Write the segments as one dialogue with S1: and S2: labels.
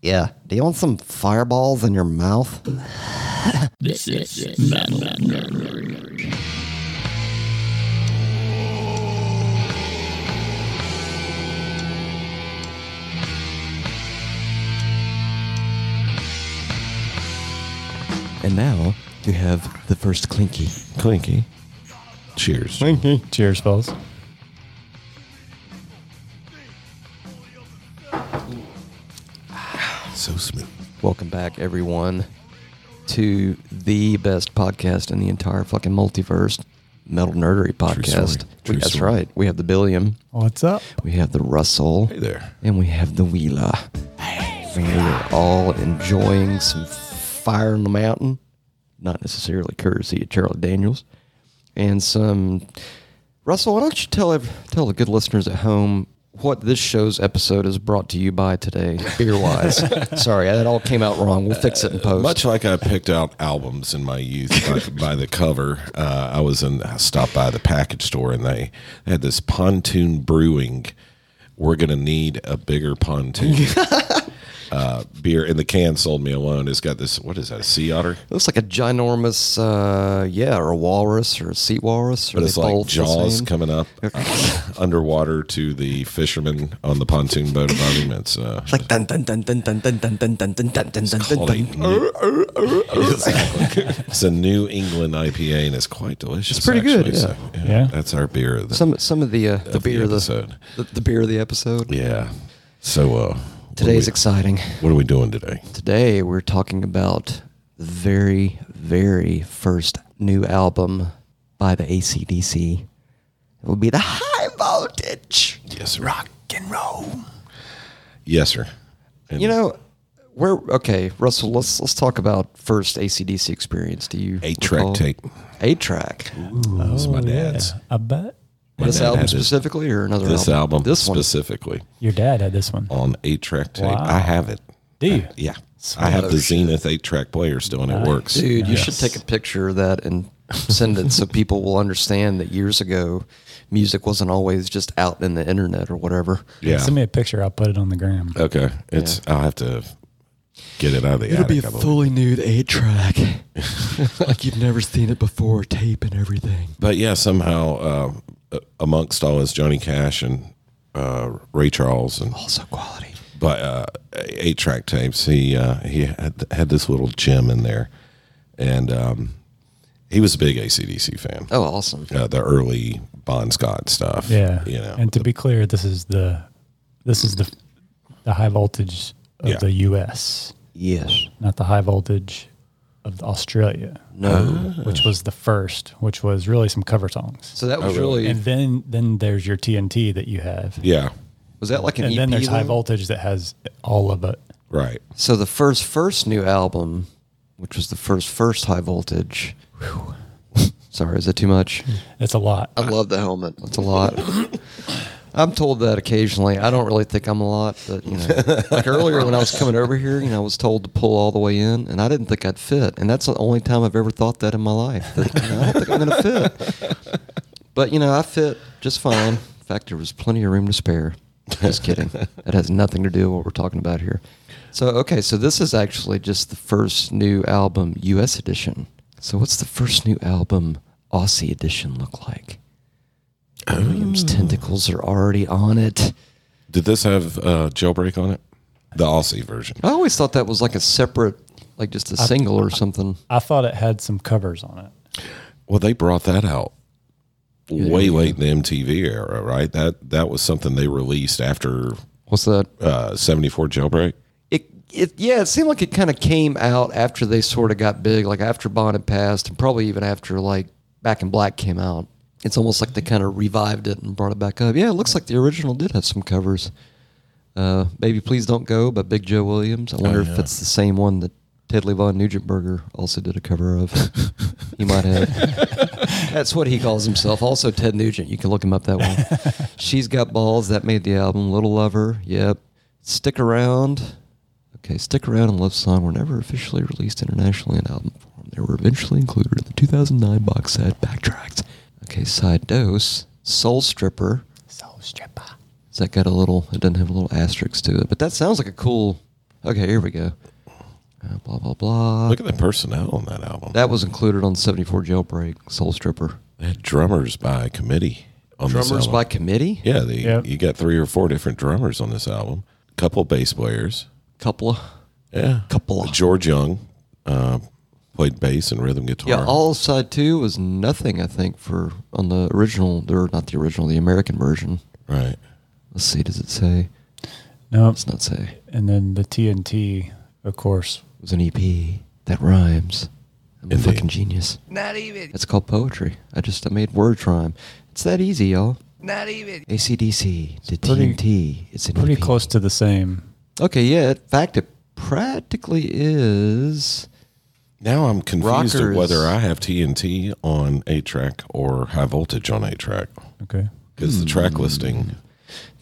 S1: Yeah. Do you want some fireballs in your mouth?
S2: This is Metal Nerd.
S3: And now you have the first clinky.
S4: Clinky. Cheers.
S5: Cheers, fellas.
S4: So smooth.
S3: Welcome back, everyone, to the best podcast in the entire fucking multiverse, Metal Nerdery Podcast.
S4: True
S3: We- That's
S4: story.
S3: right. We have the Billiam,
S5: What's up?
S3: we have the Russell,
S4: Hey there.
S3: and we have the Wheeler. We are all enjoying some fire in the mountain, not necessarily courtesy of Charlie Daniels, and some. Russell, why don't you tell ev- tell the good listeners at home what this show's episode is brought to you by today, beer wise? Sorry, that all came out wrong. We'll fix it in post.
S4: Much like I picked out albums in my youth by, by the cover, uh, I was in I stopped by the package store and they had this pontoon brewing. We're gonna need a bigger pontoon uh, beer, and the can sold me alone. It's got this. What is that? A sea otter?
S3: looks like a ginormous, uh, yeah, or a walrus or a sea walrus. Or
S4: But it's like Jaws coming up uh, underwater to the fishermen on the pontoon boat above him. It's uh,
S3: Like dun dun dun dun dun dun dun dun dun dun dun dun dun
S4: called a
S3: dun.
S4: New- Exactly. It's a New England IPA and it's quite delicious. It's
S3: pretty good, yeah.
S5: Yeah.
S4: That's our beer. of the-
S3: Some some of the uh, the
S4: of the
S3: beer of the,
S4: episode.
S3: the the beer of the episode.
S4: yeah. So uh, what
S3: Today's
S4: are we-
S3: exciting.
S4: what are we doing today?
S3: Today we're talking about the very, very first new album by the ACDC. It will be the High Voltage.
S4: Yes, rock and roll. Yes, sir. And
S3: You know, we're okay, Russell. Let's let's talk about first ACDC experience. Do you
S4: eight track tape.
S3: Eight track.
S4: That was my dad's.
S5: I bet
S4: My
S3: This
S4: dad
S3: album
S4: had his-
S3: specifically, or another
S4: This
S3: album?
S4: album
S3: This one.
S4: specifically
S5: your dad had this one.
S4: on eight track tape.
S5: Wow.
S4: I have it.
S5: Do you?
S4: Yeah. I have the Zenith eight track player still and it works.
S3: Dude, you should take a picture of that and send it so people will understand that years ago, music wasn't always just out in the internet or whatever.
S4: Yeah. Uh,
S5: Send me a picture. I'll put it on the gram.
S4: Okay. It's I'll have to get it out of the
S6: It'll be
S4: attic.
S6: a
S4: I believe.
S6: fully nude eight track, like you've never seen it before, tape and everything.
S4: but yeah, somehow uh, amongst all this Johnny Cash and uh, Ray Charles and
S3: Also quality.
S4: but uh, eight track tapes, he uh, he had, had this little gem in there, and um, he was a big ACDC fan.
S3: Oh, awesome.
S4: Uh, the early Bon Scott stuff.
S5: Yeah.
S4: you know.
S5: and to be clear, this is the this is the the high voltage of
S4: Yeah.
S5: the US,
S3: Yes.
S5: not the high voltage of the Australia, Uh,
S3: No.
S5: which was the first, which was really some cover songs.
S3: So that was really,
S5: And then then there's your TNT that you have.
S4: yeah, E
S3: was that like an E
S5: and
S3: EP?
S5: then there's high
S3: though?
S5: voltage that has all of it.
S4: right.
S3: So the first first new album, which was the first first high voltage. Sorry, is that too much?
S5: It's a lot.
S3: I love the helmet. That's a lot. I'm told that occasionally. I don't really think I'm a lot, but you know, like earlier when I was coming over here, you know, I was told to pull all the way in, and I didn't think I'd fit, and that's the only time I've ever thought that in my life. That, you know, I don't think I'm gonna fit, but you know, I fit just fine. In fact, there was plenty of room to spare. Just kidding. That has nothing to do with what we're talking about here. So okay, so this is actually just the first new album, U.S. edition. So what's the first new album, Aussie edition, look like? William's tentacles are already on it.
S4: Did this have uh, jailbreak on it? The Aussie version.
S3: I always thought that was like a separate, like just a single or something.
S5: I thought it had some covers on it.
S4: Well, they brought that out way late in the MTV era, right? That that was something they released after
S3: What's that?
S4: uh, '74 Jailbreak.
S3: It, it, yeah, it seemed like it kind of came out after they sort of got big, like after Bond had passed, and probably even after like Back in Black came out. It's almost like they kind of revived it and brought it back up. Yeah, it looks like the original did have some covers. Uh, Baby, please don't go by Big Joe Williams. I wonder if it's the same one that Tedley Von Nugentberger also did a cover of. he might have. That's what he calls himself. Also, Ted Nugent. You can look him up that way. She's got balls. That made the album. Little Lover. Yep. Stick around. Okay, Stick Around and Love Song were never officially released internationally in album form. They were eventually included in the 2009 box set Backtracks. Okay, Side Dose, Soul Stripper.
S5: Soul stripper.
S3: Has that got a little, it doesn't have a little asterisk to it, but that sounds like a cool Okay, here we go. Uh, blah blah blah.
S4: Look at the personnel on that album.
S3: that was included on '74 Jailbreak Soul Stripper.
S4: They had drummers by committee on this
S3: Drummers
S4: album.
S3: by committee.
S4: yeah, they,
S5: Yeah.
S4: you got three or four different drummers on this album. Couple bass players.
S3: Couple of.
S4: Yeah,
S3: Couple of-
S4: George Young uh, played bass and rhythm guitar.
S3: Yeah, all of side two was nothing. I think for on the original, or not the original, the American version.
S4: right.
S3: Let's see. Does it say?
S5: No,
S3: Let's not say.
S5: and then the TNT, of course.
S3: It was an EP that rhymes. I'm a
S4: Indeed.
S3: fucking genius. Not even. It's called poetry. I just I made words rhyme. It's that easy, y'all. Not even. ACDC to
S5: pretty-
S3: TNT. It's an
S5: Pretty
S3: EP.
S5: close to the same.
S3: Okay, yeah. In fact, it practically is.
S4: Now I'm confused
S3: Rockers.
S4: of whether I have TNT on A track or high voltage on A track
S5: Okay.
S4: because the track listing.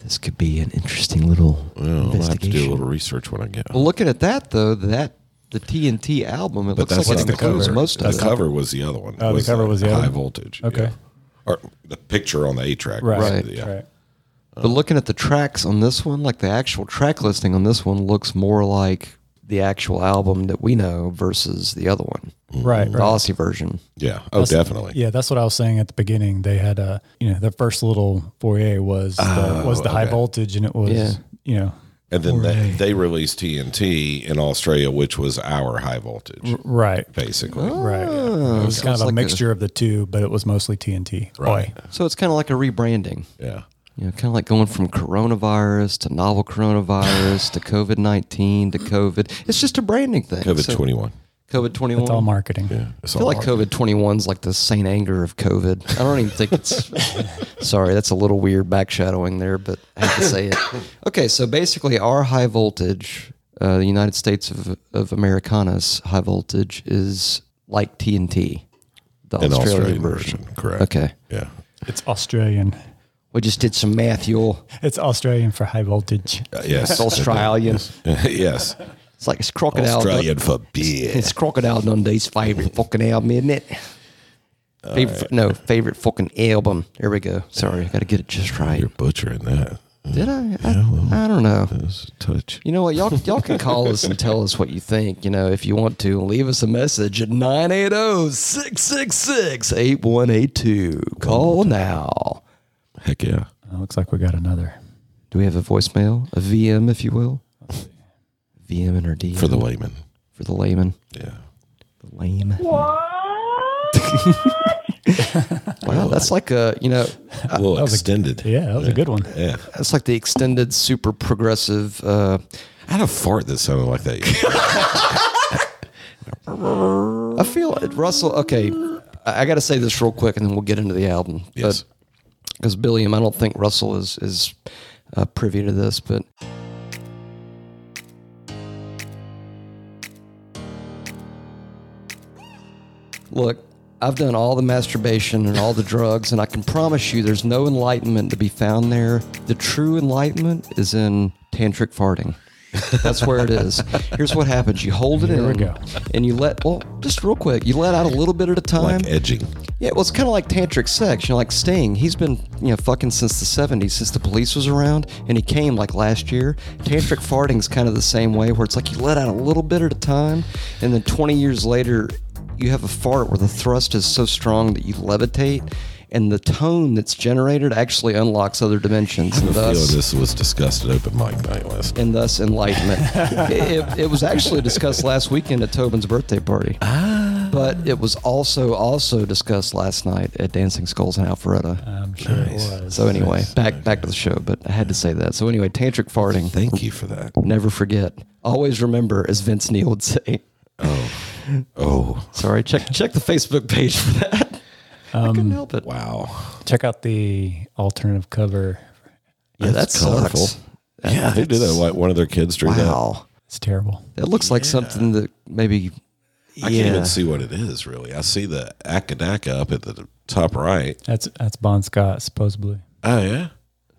S3: This could be an interesting little
S4: Well, I'll have to
S3: investigation.
S4: do a little research when I get.
S3: Well, looking at that though, that the TNT album, it
S4: but
S3: looks
S4: that's
S3: like it
S4: not the
S3: includes
S4: cover.
S3: most of
S4: the
S3: it.
S4: cover was the other one.
S5: Oh, the cover was the
S4: high
S5: other one?
S4: voltage.
S5: Okay.
S4: yeah. Or the picture on the A track.
S5: Right.
S4: was
S3: Right.
S4: the- uh, yeah.
S5: Right.
S3: But looking at the tracks on this one, like the actual track listing on this one looks more like the actual album that we know versus the other one,
S4: Mm.
S5: Right.
S3: the
S5: Right.
S3: Aussie version.
S4: Yeah. Oh, definitely.
S5: Yeah, that's what I was saying at the beginning. They had a, you know, the first little foyer was the, was the high
S4: Oh, okay.
S5: voltage, and it was,
S3: Yeah.
S5: you know,
S4: And then they, they released TNT in Australia, which was our high voltage,
S5: right,
S4: basically.
S5: right. It was kind of
S3: Oh, sounds
S5: a
S3: like a-
S5: mixture of the two, but it was mostly TNT.
S4: Right.
S5: Oi.
S3: So it's kind of like a rebranding.
S4: Yeah.
S3: You know, kind of like going from coronavirus to novel coronavirus to COVID nineteen to COVID. It's just a branding thing.
S4: COVID 21.
S3: COVID twenty one.
S5: it's all marketing.
S4: It's
S3: I feel
S4: all
S3: like
S4: hard.
S3: COVID 21's like the Saint Anger of COVID. I don't even think it's. sorry, that's a little weird backshadowing there, but I have to say it. Okay, so basically, our high voltage, uh, the United States of, of Americana's high voltage is like TNT, the
S4: An
S3: Australian,
S4: Australian
S3: version.
S4: version. Correct.
S3: Okay.
S4: Yeah.
S5: It's Australian.
S3: We just did some math, y'all.
S5: It's Australian for high voltage.
S4: Uh, yes.
S3: It's Australian.
S4: yes.
S3: It's like it's crocodile.
S4: Australian for beer.
S3: It's Crocodile Dundee's favorite fucking album, isn't it? Favorite, No, favorite fucking album. There we go. Sorry, I got to get it just right.
S4: You're butchering that.
S3: Did I? I, I don't know.
S4: It's a touch.
S3: You know what? Y'all, y'all can call us and tell us what you think, you know, if you want to. Leave us a message at oh, 980 666 8182. Call now.
S4: Heck yeah.
S5: Uh, looks like we got another.
S3: Do we have a voicemail? A VM, if you will? VM and our DM.
S4: For the layman.
S3: for the layman.
S4: Yeah.
S3: The lame. wow, that's like a, you know,
S4: A little extended.
S5: Yeah, that was a good one.
S4: Yeah.
S3: that's like the extended super progressive. Uh,
S4: I had a fart that sounded like that.
S3: I feel it, Russell. Okay, I, I got to say this real quick, and then we'll get into the album.
S4: Yes.
S3: because Billiam, I don't think Russell is is uh, privy to this, but look, I've done all the masturbation and all the drugs, and I can promise you, there's no enlightenment to be found there. The true enlightenment is in tantric farting. That's where it is. Here's what happens: you hold it in,
S5: we go.
S3: and you let. Well, just real quick, you let out a little bit at a time.
S4: like edging.
S3: Yeah, well, it's kind of like tantric sex. You know, like Sting. He's been, you know, fucking since the 70s, since the police was around, and he came like last year. Tantric farting's kind of the same way, where it's like you let out a little bit at a time, and then 20 years later, you have a fart where the thrust is so strong that you levitate, and the tone that's generated actually unlocks other dimensions. And
S4: I feel
S3: thus,
S4: this was discussed at open mic night last
S3: and thus enlightenment. it, it was actually discussed last weekend at Tobin's birthday party.
S4: Ah.
S3: But it was also also discussed last night at Dancing Skulls in Alpharetta.
S5: I'm sure it was.
S3: so anyway, back back to the show, but I had to say that. So anyway, tantric farting,
S4: Thank you for that.
S3: never forget. Always remember, as Vince Neil would say.
S4: Oh,
S3: Sorry, check check the Facebook page for that. I couldn't help it.
S4: Um, wow.
S5: Check out the alternative cover.
S3: Yeah,
S4: that's
S3: that's that sucks.
S4: colorful. Yeah, they do that. Like one of their kids drew
S3: Wow.
S5: It's terrible.
S3: That looks like something that maybe
S4: that. I can't even see what it is really. I see the Akadaka up at the top right.
S5: That's that's Bon Scott supposedly.
S4: Oh yeah.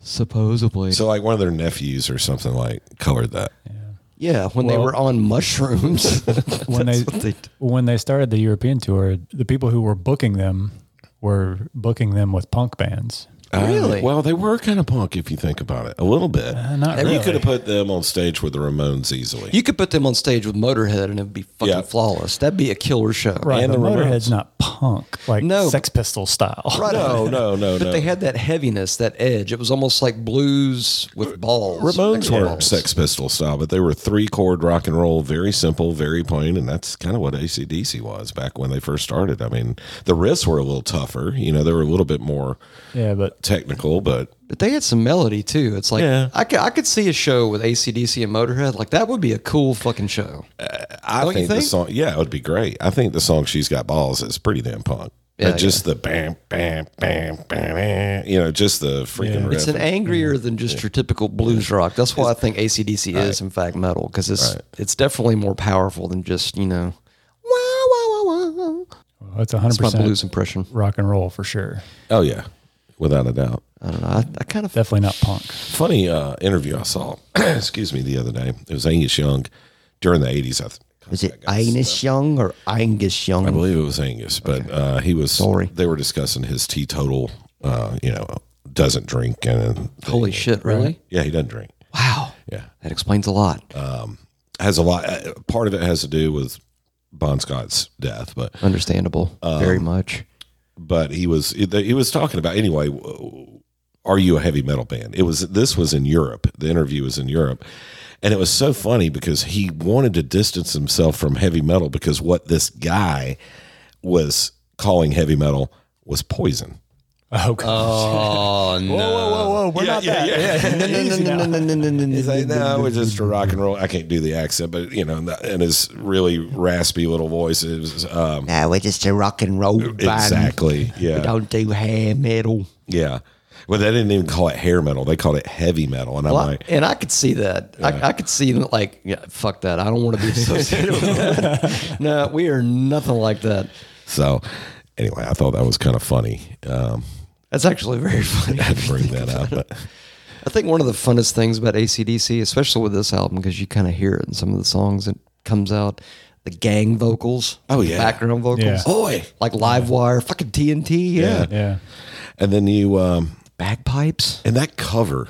S3: supposedly.
S4: So like one of their nephews or something like colored that.
S3: Yeah, when they
S5: Well-
S3: were on mushrooms.
S5: When they,
S3: what they do.
S5: when they started the European tour, the people who were booking them were booking them with punk bands.
S4: Uh,
S3: Really?
S4: well, they were kind of punk if you think about it a little bit.
S5: not
S4: You
S5: really.
S4: could have put them on stage with the Ramones easily.
S3: You could put them on stage with Motorhead and it'd be fucking
S4: Yeah.
S3: flawless. That'd be a killer show.
S5: Right,
S4: And
S5: and
S4: the
S5: the
S4: Ramones.
S5: Motorhead's not punk, like
S3: No.
S5: Sex Pistol style.
S3: Right.
S4: no, no, no,
S3: But
S4: no.
S3: they had that heaviness, that edge. It was almost like blues with balls.
S4: Ramones
S3: extra
S4: weren't
S3: balls.
S4: Sex Pistol style, but they were three chord rock and roll, very simple, very plain, and that's kind of what ACDC was back when they first started. I mean, the riffs were a little tougher, you know, they were a little bit more
S5: Yeah, but
S4: technical, but
S3: But they had some melody too. It's like
S4: Yeah.
S3: I could I could see a show with ACDC and Motorhead. Like that would be a cool fucking show.
S4: I
S3: Don't you
S4: think, the
S3: think?
S4: song, yeah, it would be great. I think the song "She's Got Balls" is pretty damn punk.
S3: Yeah,
S4: But just the bam, bam, bam, bam, bam, you know, just the freaking riff.
S3: It's an angrier
S4: Mm-hmm.
S3: than just your typical blues rock. That's why I think ACDC is in fact metal because it's it's definitely more powerful than just you know. Wow, wow, wow, wow.
S5: well, it's 100
S3: That's my blues
S5: percent
S3: impression.
S5: rock and roll for sure.
S4: oh yeah, without a doubt.
S3: I don't know. I, I kind of
S5: Definitely not punk.
S4: Funny uh, interview I saw. excuse me, the other day. It was Angus Young during the eighties. I th-
S1: Is it Angus Young or Angus Young?
S4: I believe it was Angus, but uh, he was.
S1: Sorry.
S4: They were discussing his teetotal. Uh, you know, doesn't drink and
S3: holy shit, really?
S4: yeah, he doesn't drink.
S3: Wow,
S4: Yeah.
S3: that explains a lot.
S4: Has a lot. uh, Part of it has to do with Bon Scott's death, but
S3: Understandable, very much.
S4: but he was he was talking about anyway. Are you a heavy metal band? It was this was in Europe. The interview was in Europe, and it was so funny because he wanted to distance himself from heavy metal because what this guy was calling heavy metal was poison.
S5: Oh, God.
S3: Oh no!
S5: whoa, whoa! We're not that.
S4: He's like, no, we're just a rock and roll. I can't do the accent, but you know, and his really raspy little voice is um,
S1: Nah, we're just a rock and roll band.
S4: exactly, yeah.
S1: We don't do hair metal.
S4: Yeah. Well, they didn't even call it hair metal. They called it heavy metal. And I'm
S3: Well, I-
S4: like,
S3: and I could see that. I, I could see that, like, yeah, fuck that. I don't want to be associated with that. No, we are nothing like that.
S4: so anyway, I thought that was kind of funny. Um,
S3: That's actually very funny.
S4: I had to bring that up. But
S3: I think one of the funnest things about ACDC, especially with this album, because you kind of hear it in some of the songs that comes out, the gang vocals.
S4: Oh,
S3: the
S4: yeah.
S3: Background vocals. Oh,
S5: Yeah.
S4: boy.
S3: Like live wire, fucking TNT. Yeah.
S4: Yeah.
S5: Yeah,
S4: And then you, um,
S3: Bagpipes.
S4: and that cover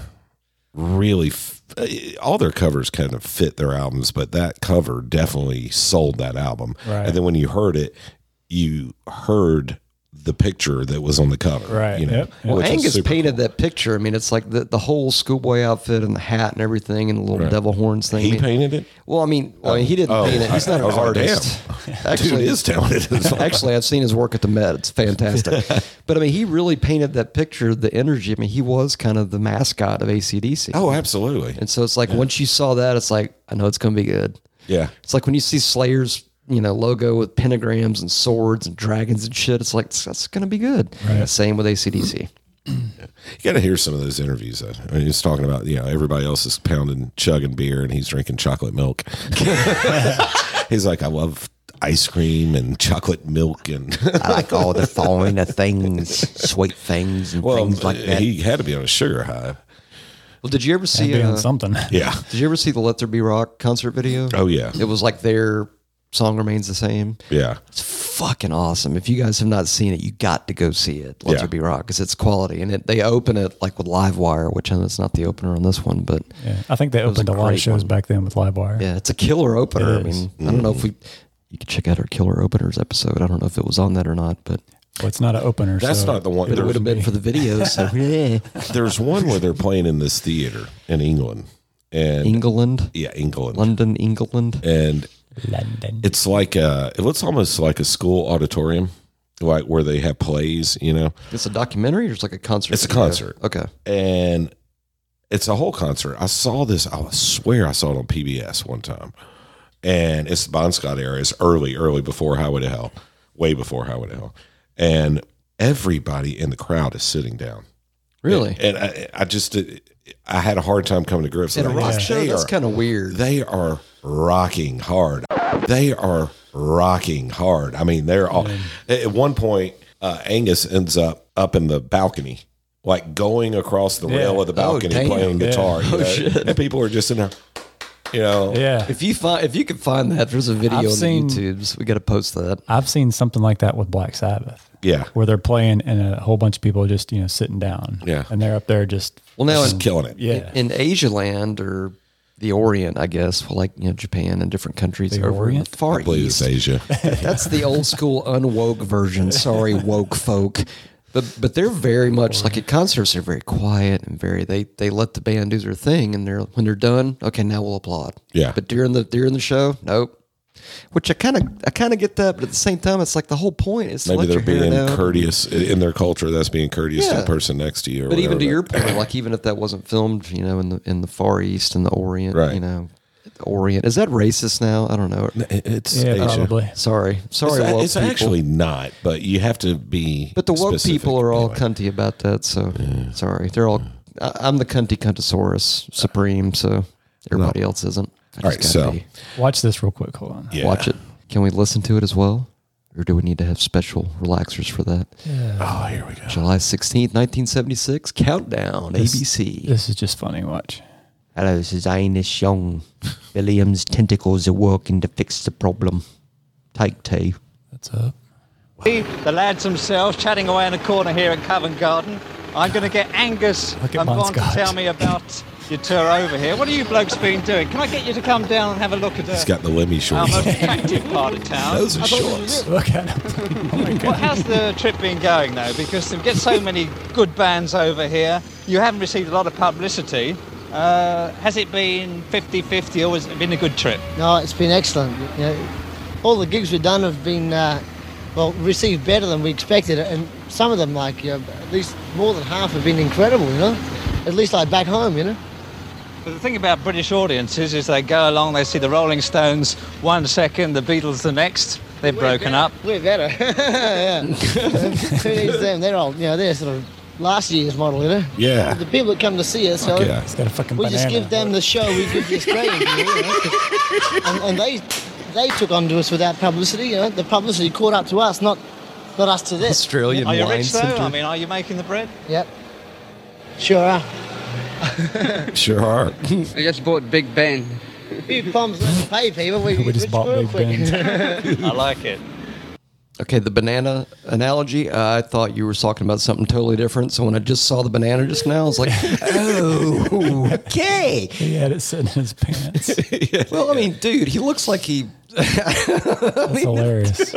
S4: really, f- uh, all their covers kind of fit their albums, but that cover definitely sold that album.
S5: Right.
S4: And then when you heard it, you heard the picture that was on the cover.
S5: Right.
S4: You know,
S5: Yep. Well,
S4: which
S3: Well,
S4: is
S3: Angus
S4: super
S3: painted
S4: cool.
S3: that picture. I mean, it's like the, the whole schoolboy outfit and the hat and everything and the little devil horns thing. I
S4: He
S3: mean-
S4: painted it?
S3: Well, I mean, well, he didn't
S4: oh,
S3: paint it. He's
S4: I-
S3: not
S4: I
S3: an
S4: was like,
S3: artist.
S4: Dude is talented.
S3: actually, I've seen his work at the Met. It's fantastic. but I mean, he really painted that picture, the energy. I mean, he was kind of the mascot of ACDC.
S4: oh, absolutely.
S3: and so it's like once you saw that, it's like I know it's going to be good.
S4: Yeah.
S3: It's like when you see Slayer's you know logo with pentagrams and swords and dragons and shit. It's like that's going to be good. Same with ACDC.
S4: You got to hear some of those interviews. Though. I mean, he's talking about you know everybody else is pounding, chugging beer, and he's drinking chocolate milk. he's like, I love ice cream and chocolate milk, and
S1: I like all the finer things, sweet things, and
S4: well, uh,
S1: things like that.
S4: he had to be on a sugar high.
S3: Well, did you ever see?
S5: be on
S3: uh,
S5: something.
S4: Yeah.
S3: did you ever see the Let There Be Rock concert video?
S4: Oh yeah.
S3: It was like their song remains the same.
S4: Yeah.
S3: It's fucking awesome. If you guys have not seen it, you got to go see it. Let
S4: Yeah.
S3: There Be Rock because it's quality. And it, they open it like with live wire, which I know it's not the opener on this one, but
S5: Yeah. I think they
S3: was a
S5: opened a lot
S3: great
S5: of shows
S3: one.
S5: back then with Livewire.
S3: yeah, it's a killer opener. I
S5: It is.
S3: mean, I don't know
S4: Mm-hmm.
S3: if we. You can check out our killer openers episode. I don't know if it was on that or not, but
S5: Well, it's not an opener.
S4: That's
S5: so
S4: not the one.
S3: but it would
S4: There's,
S3: have been for the video. So yeah.
S4: there's one where they're playing in this theater in England, and
S3: England,
S4: yeah, England,
S3: London, England.
S4: and
S5: London.
S4: it's like a, it looks almost like a school auditorium, like where they have plays. You know,
S3: It's a documentary or it's like a concert?
S4: It's a
S3: video?
S4: concert.
S3: Okay.
S4: and it's a whole concert. I saw this. I swear I saw it on PBS one time, and it's the Bon Scott era. It's early, early before Highway to Hell, way before Highway to Hell, and everybody in the crowd is sitting down.
S3: Really?
S4: And I, I just, I had a hard time coming to grips.
S3: In a
S4: with that.
S3: rock show?
S4: They
S3: That's
S4: are-
S3: kind of weird.
S4: they are rocking hard. They are rocking hard. I mean, they're all. At one point, uh, Angus ends up up in the balcony, like going across the rail of the balcony
S3: Oh, damn. Oh,
S4: playing guitar. you know? And people are just in there, you know.
S5: Yeah.
S3: If you find if you can find that, there's a video
S5: I've
S3: on the
S5: seen-
S3: YouTube's. We got to post that.
S5: I've seen something like that with Black Sabbath.
S4: Yeah.
S5: where they're playing and a whole bunch of people are just you know sitting down.
S4: Yeah.
S5: and they're up there just
S3: Well, now in,
S4: Just killing it.
S5: yeah.
S3: in Asia land or the Orient, I guess, well, like you know Japan and different countries
S5: The
S3: over in
S5: Orient?
S3: the Far
S4: I believe it's
S3: East.
S4: Asia.
S3: That's the old school unwoke version. Sorry, woke folk. But but they're very much like at concerts. They're very quiet and very they they let the band do their thing, and they're when they're done, okay, now we'll applaud.
S4: Yeah.
S3: But during the during the show, nope. Which I kind of I kind of get that, but at the same time, it's like the whole point is to
S4: Maybe
S3: let
S4: they're
S3: your hair
S4: being
S3: down.
S4: courteous in their culture. That's being courteous to
S3: Yeah.
S4: the person next to you. Or
S3: But even
S4: whatever,
S3: to your point, like even if that wasn't filmed, you know, in the in the Far East and the Orient,
S4: Right.
S3: you know, the Orient is that racist now? I don't know.
S4: It- it's
S5: yeah,
S4: Asia.
S5: probably.
S3: Sorry, sorry,
S4: It's,
S3: woke
S4: it's
S3: people.
S4: actually not, but you have to be.
S3: But the woke
S4: specific
S3: people are all
S4: anyway.
S3: cunty about that. So sorry, they're all. I, I'm the cunty cuntosaurus supreme. So everybody else isn't. I
S4: All
S3: just
S4: right,
S3: gotta
S4: so
S3: be.
S5: Watch this real quick. Hold on.
S4: yeah.
S3: watch it. Can we listen to it as well, or do we need to have special relaxers for that?
S4: Oh, here we go.
S3: July 16th, 1976, Countdown, ABC.
S5: This is just funny. Watch.
S1: Hello, this is Ines Young. William's tentacles are working to fix the problem. Take two.
S5: That's up.
S7: The lads themselves chatting away in a corner here at Covent Garden. I'm going to get Angus
S5: Look at
S7: and Bond to
S5: Monscott.
S7: tell me about your tour over here. What have you blokes been doing? Can I get you to come down and have a look at
S4: He's
S7: uh,
S4: got the Lemmy
S7: our
S4: shorts.
S7: most
S4: on.
S7: attractive part of town?
S4: Those
S7: I
S4: are
S7: thought it
S4: shorts.
S7: was you.
S5: Look at him. Oh my
S7: Well,
S5: god.
S7: how's the trip been going though? Because we get so many good bands over here. You haven't received a lot of publicity. Uh, has it been 50-50 or has it been a good trip?
S8: No, it's been excellent. You know, all the gigs we've done have been uh, well received better than we expected, and some of them, like you know, at least more than half, have been incredible. You know, at least like back home, you know.
S7: But the thing about British audiences is they go along, they see the Rolling Stones one second, the Beatles the next. They've broken up.
S8: We're better. yeah. Who needs them? They're all you know. They're sort of last year's model, you know.
S4: Yeah.
S8: The people that come to see us, so
S4: Yeah.
S5: He's got a fucking
S8: we
S5: banana.
S8: just give them the show we give the Australians, you know, you know, 'cause- and, and they they took on to us without publicity. You know, the publicity caught up to us, not not us to them.
S3: Australian
S7: Are you
S3: wine
S7: rich though?
S3: center.
S7: I mean, are you making the bread?
S8: Yep. Sure are.
S4: Sure are.
S9: I just bought Big Ben.
S8: Few bombs left to pay people. We,
S5: we just bought big bins.
S7: I like it.
S3: Okay, the banana analogy. I thought you were talking about something totally different. So when I just saw the banana just now, I was like, oh, okay.
S5: he had it sitting in his pants. That's
S3: Well, I mean, dude, he looks like he.
S5: hilarious.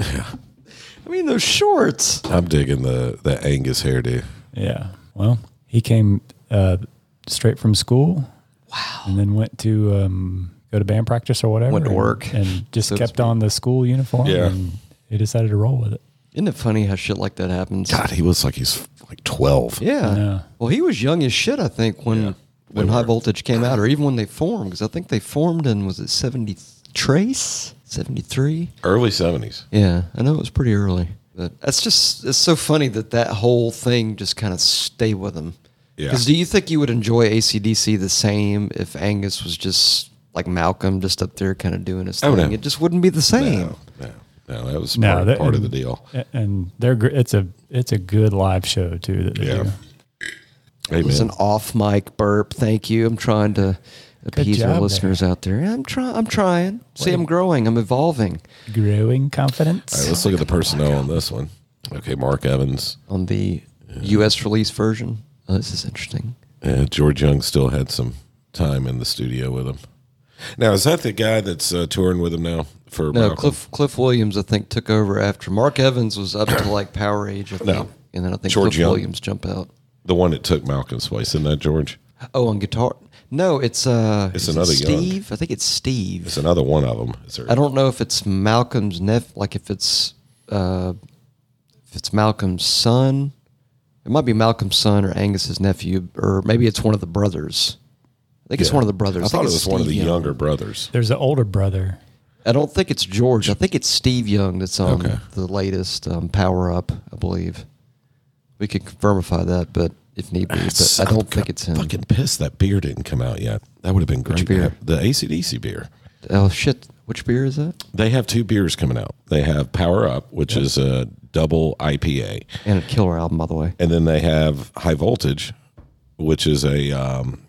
S3: I mean, those shorts.
S4: I'm digging the the Angus hairdo.
S5: Yeah. Well, he came uh, straight from school. Wow. And then went to um, go to band practice or whatever.
S3: Went to
S5: and-
S3: work,
S5: And just
S3: so to
S5: kept
S3: speak.
S5: on the school uniform.
S4: Yeah.
S5: And he decided to roll with it.
S3: Isn't it funny how shit like that happens?
S4: God, he looks like he's like 12.
S3: Yeah.
S5: Yeah.
S3: Well, he was young as shit. I think when when High Voltage came out, or even when they formed, because I think they formed in was it seventy Trace seventy three.
S4: Early 70s.
S3: Yeah, I know it was pretty early, but that's just it's so funny that that whole thing just kind of stay with him.
S4: Yeah.
S3: Because do you think you would enjoy ACDC the same if Angus was just like Malcolm, just up there kind of doing his
S4: Oh,
S3: thing?
S4: no.
S3: It just wouldn't be the same.
S4: No, no, no, that was
S5: No,
S4: part,
S5: that-
S4: part of the deal.
S5: A- And they're gr- it's a it's a good live show too. That they
S4: Yeah.
S5: do.
S3: It was
S4: Amen.
S3: an off mic burp. Thank you. I'm trying to appease
S5: job
S3: our
S5: there.
S3: listeners out there. Yeah, I'm trying. I'm trying. See, I'm growing. I'm evolving
S5: growing
S4: All right,
S5: confidence.
S4: let's look at the personnel on this one. Okay, Mark Evans.
S3: on the U.S. release version. Oh, this is interesting.
S4: Yeah, George Young still had some time in the studio with him. Now, is that the guy that's uh, touring with him now for
S3: No,
S4: Malcolm?
S3: Cliff Cliff Williams, I think, took over after Mark Evans was up to like power age, I think.
S4: No.
S3: And then I think
S4: George
S3: Cliff
S4: Young.
S3: Williams jumped out.
S4: The one that took Malcolm's place, isn't that George?
S3: Oh, on guitar. No, it's uh, is
S4: It's
S3: it
S4: another Young.
S3: Steve. I think it's Steve.
S4: It's another one of them. Is there,
S3: I don't know if it's Malcolm's nephew, like if it's uh, if it's Malcolm's son. It might be Malcolm's son or Angus's nephew, or maybe it's one of the brothers. I think it's
S4: Yeah.
S3: one of the brothers.
S4: I
S3: think
S4: thought it
S3: it's
S4: was one of the
S3: Steve Young.
S4: younger brothers.
S5: There's an older brother.
S3: I don't think it's George. I think it's Steve Young that's on
S4: Okay.
S3: the latest um, Power Up, I believe. We could confirmify that, but if need be, but I
S4: Son,
S3: don't
S4: God,
S3: think it's him.
S4: Fucking pissed that beer didn't come out yet. That would have been great. to
S3: beer?
S4: have- The ACDC beer.
S3: Oh shit! Which beer is that?
S4: They have two beers coming out. They have Power Up, which is a double IPA,
S3: And a killer album, by the way.
S4: and then they have High Voltage, which is a um,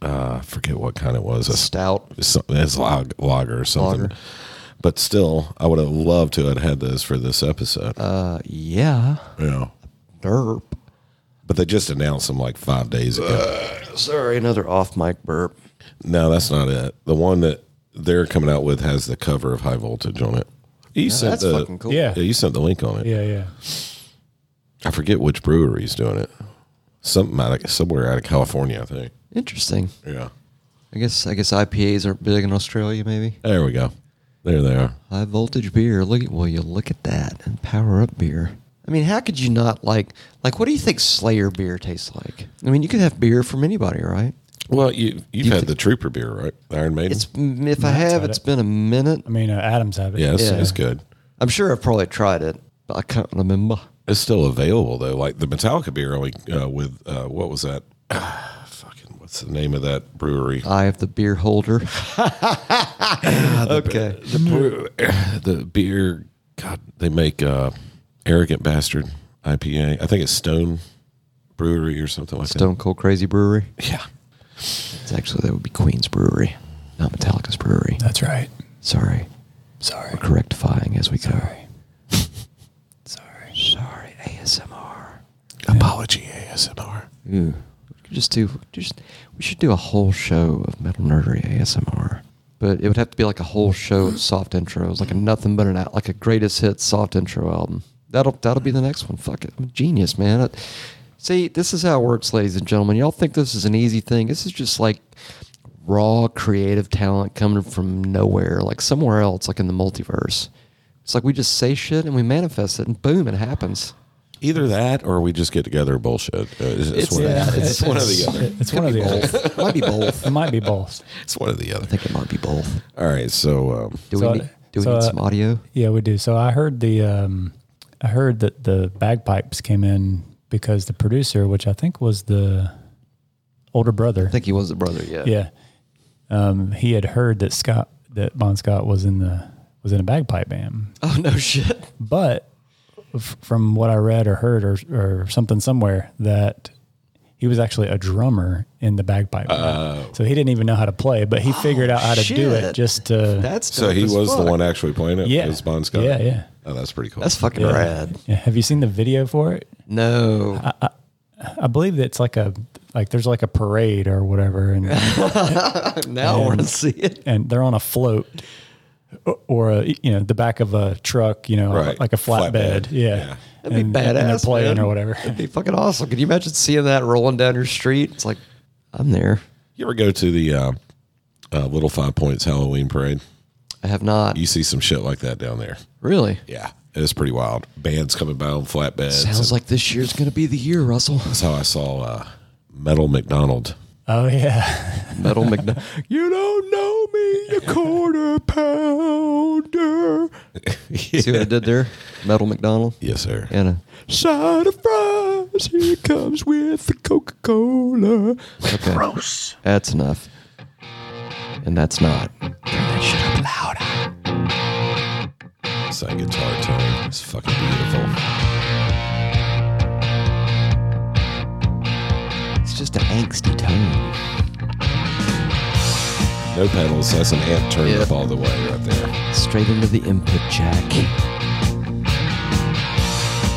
S4: uh, I forget what kind it was. A
S3: Stout.
S4: It's some- it's log, lager or something. But still, I would have loved to have had this for this episode.
S3: Uh,
S1: Yeah.
S4: yeah.
S1: Derp.
S4: But they just announced them like five days ago.
S1: Sorry, another off mic burp.
S4: No, that's not it. The one that they're coming out with has the cover of High Voltage on it. You sent
S1: That's
S4: the,
S1: fucking cool.
S5: Yeah.
S4: Yeah, you sent the link on it.
S5: Yeah, yeah.
S4: I forget which brewery's doing it. Something out of somewhere out of California, I think.
S3: Interesting.
S4: Yeah.
S3: I guess I guess IPAs aren't big in Australia. Maybe
S4: There we go. There they are.
S3: high voltage beer. Look at well, you look at that and power up beer. I mean, how could you not like like what do you think Slayer beer tastes like? I mean, you could have beer from anybody, right?
S4: Well, you you've had the Trooper beer, right? The Iron Maiden.
S3: It's mm, if I have,
S5: had
S3: it's
S5: it.
S3: been a minute.
S5: I mean, uh, Adam's have it.
S4: yeah, it's,
S3: yeah.
S4: it's good.
S3: I'm sure I've probably tried it, but I can't remember.
S4: It's still available though. Like the Metallica beer, only uh, with uh, what was that? Fucking what's the name of that brewery?
S3: Eye of the beer holder. okay.
S4: the brew, the beer. God, they make uh, arrogant bastard IPA. I think it's Stone Brewery or something like
S3: Stone Cold Crazy Brewery.
S4: that. Yeah,
S3: It's actually that would be Queen's Brewery, not Metallica's Brewery.
S5: That's right.
S3: Sorry.
S5: Sorry.
S3: We're correctifying as we go.
S5: Sorry. Sorry.
S3: Sorry, ASMR.
S4: apology ASMR.
S3: Ooh. We could just do just we should do a whole show of metal nerdery ASMR. But it would have to be like a whole show of soft intros, like a nothing but an al- like a greatest hits soft intro album. That'll that'll be the next one. Fuck it, I'm a genius, man. I- see, this is how it works, ladies and gentlemen. Y'all think this is an easy thing? This is just like raw creative talent coming from nowhere, like somewhere else, like in the multiverse. It's like we just say shit and we manifest it, and boom, it happens.
S4: Either that, or we just get together and bullshit. Uh, It's, it's one,
S3: yeah,
S4: of the, it's,
S3: it's-
S4: one or the other.
S5: It's one of the other.
S3: Might be both.
S5: It might be both.
S4: It's one or the other.
S3: I think it might be both.
S4: All right, so um,
S3: Do
S5: So,
S3: we need, do
S5: so,
S3: we need
S5: uh,
S3: some audio?
S5: Yeah, we do. So I heard the um, I heard that the bagpipes came in because the producer, which I think was the older brother,
S3: I think he was the brother. Yeah.
S5: yeah, um, he had heard that Scott that Bon Scott was in the was in a bagpipe band,
S3: Oh no shit.
S5: but f- from what I read or heard or or something somewhere that. He was actually a drummer in the bagpipe, band. so he didn't even know how to play, but he figured out how to do it
S3: Oh. shit.
S5: just to.
S3: That's
S4: so
S3: dope
S4: he
S3: as
S4: was the
S3: fuck.
S4: one actually playing it.
S5: yeah,
S4: it was Bon Scott.
S5: Yeah, yeah.
S4: Oh, that's pretty cool.
S3: That's fucking
S5: Yeah.
S3: rad.
S5: Yeah, Have you seen the video for it?
S3: No.
S5: I believe that it's like a like there's like a parade or whatever, and
S3: now I want to see it.
S5: and they're on a float o- or a, you know the back of a truck, you know,
S4: Right.
S5: like a flatbed.
S4: Flatbed.
S5: Yeah.
S4: Yeah.
S3: That'd be
S5: and, and they're
S3: badass,
S5: playing
S3: man.
S5: or whatever.
S3: That'd be fucking awesome. Can you imagine seeing that rolling down your street? It's like, I'm there.
S4: You ever go to the uh, uh, Little Five Points Halloween parade?
S3: I have not.
S4: You see some shit like that down there.
S3: really?
S4: Yeah, it's pretty wild. Bands coming by on flatbeds.
S3: Sounds like this year's going to be the year, Russell.
S4: That's how I saw uh, Metal McDonald.
S5: Oh yeah,
S3: Metal McNutt. you don't know me, you quarter pounder. See what I did there? Metal McDonald.
S4: Yes, sir.
S3: And a side of fries. Here it comes with the Coca Cola. Okay. Gross. That's enough. And that's not.
S4: It's that guitar tone. It's fucking beautiful.
S1: It's just an angsty tone.
S4: No pedals. That's an amp turn
S3: Yeah.
S4: up all the way right there.
S1: Straight into the input jack.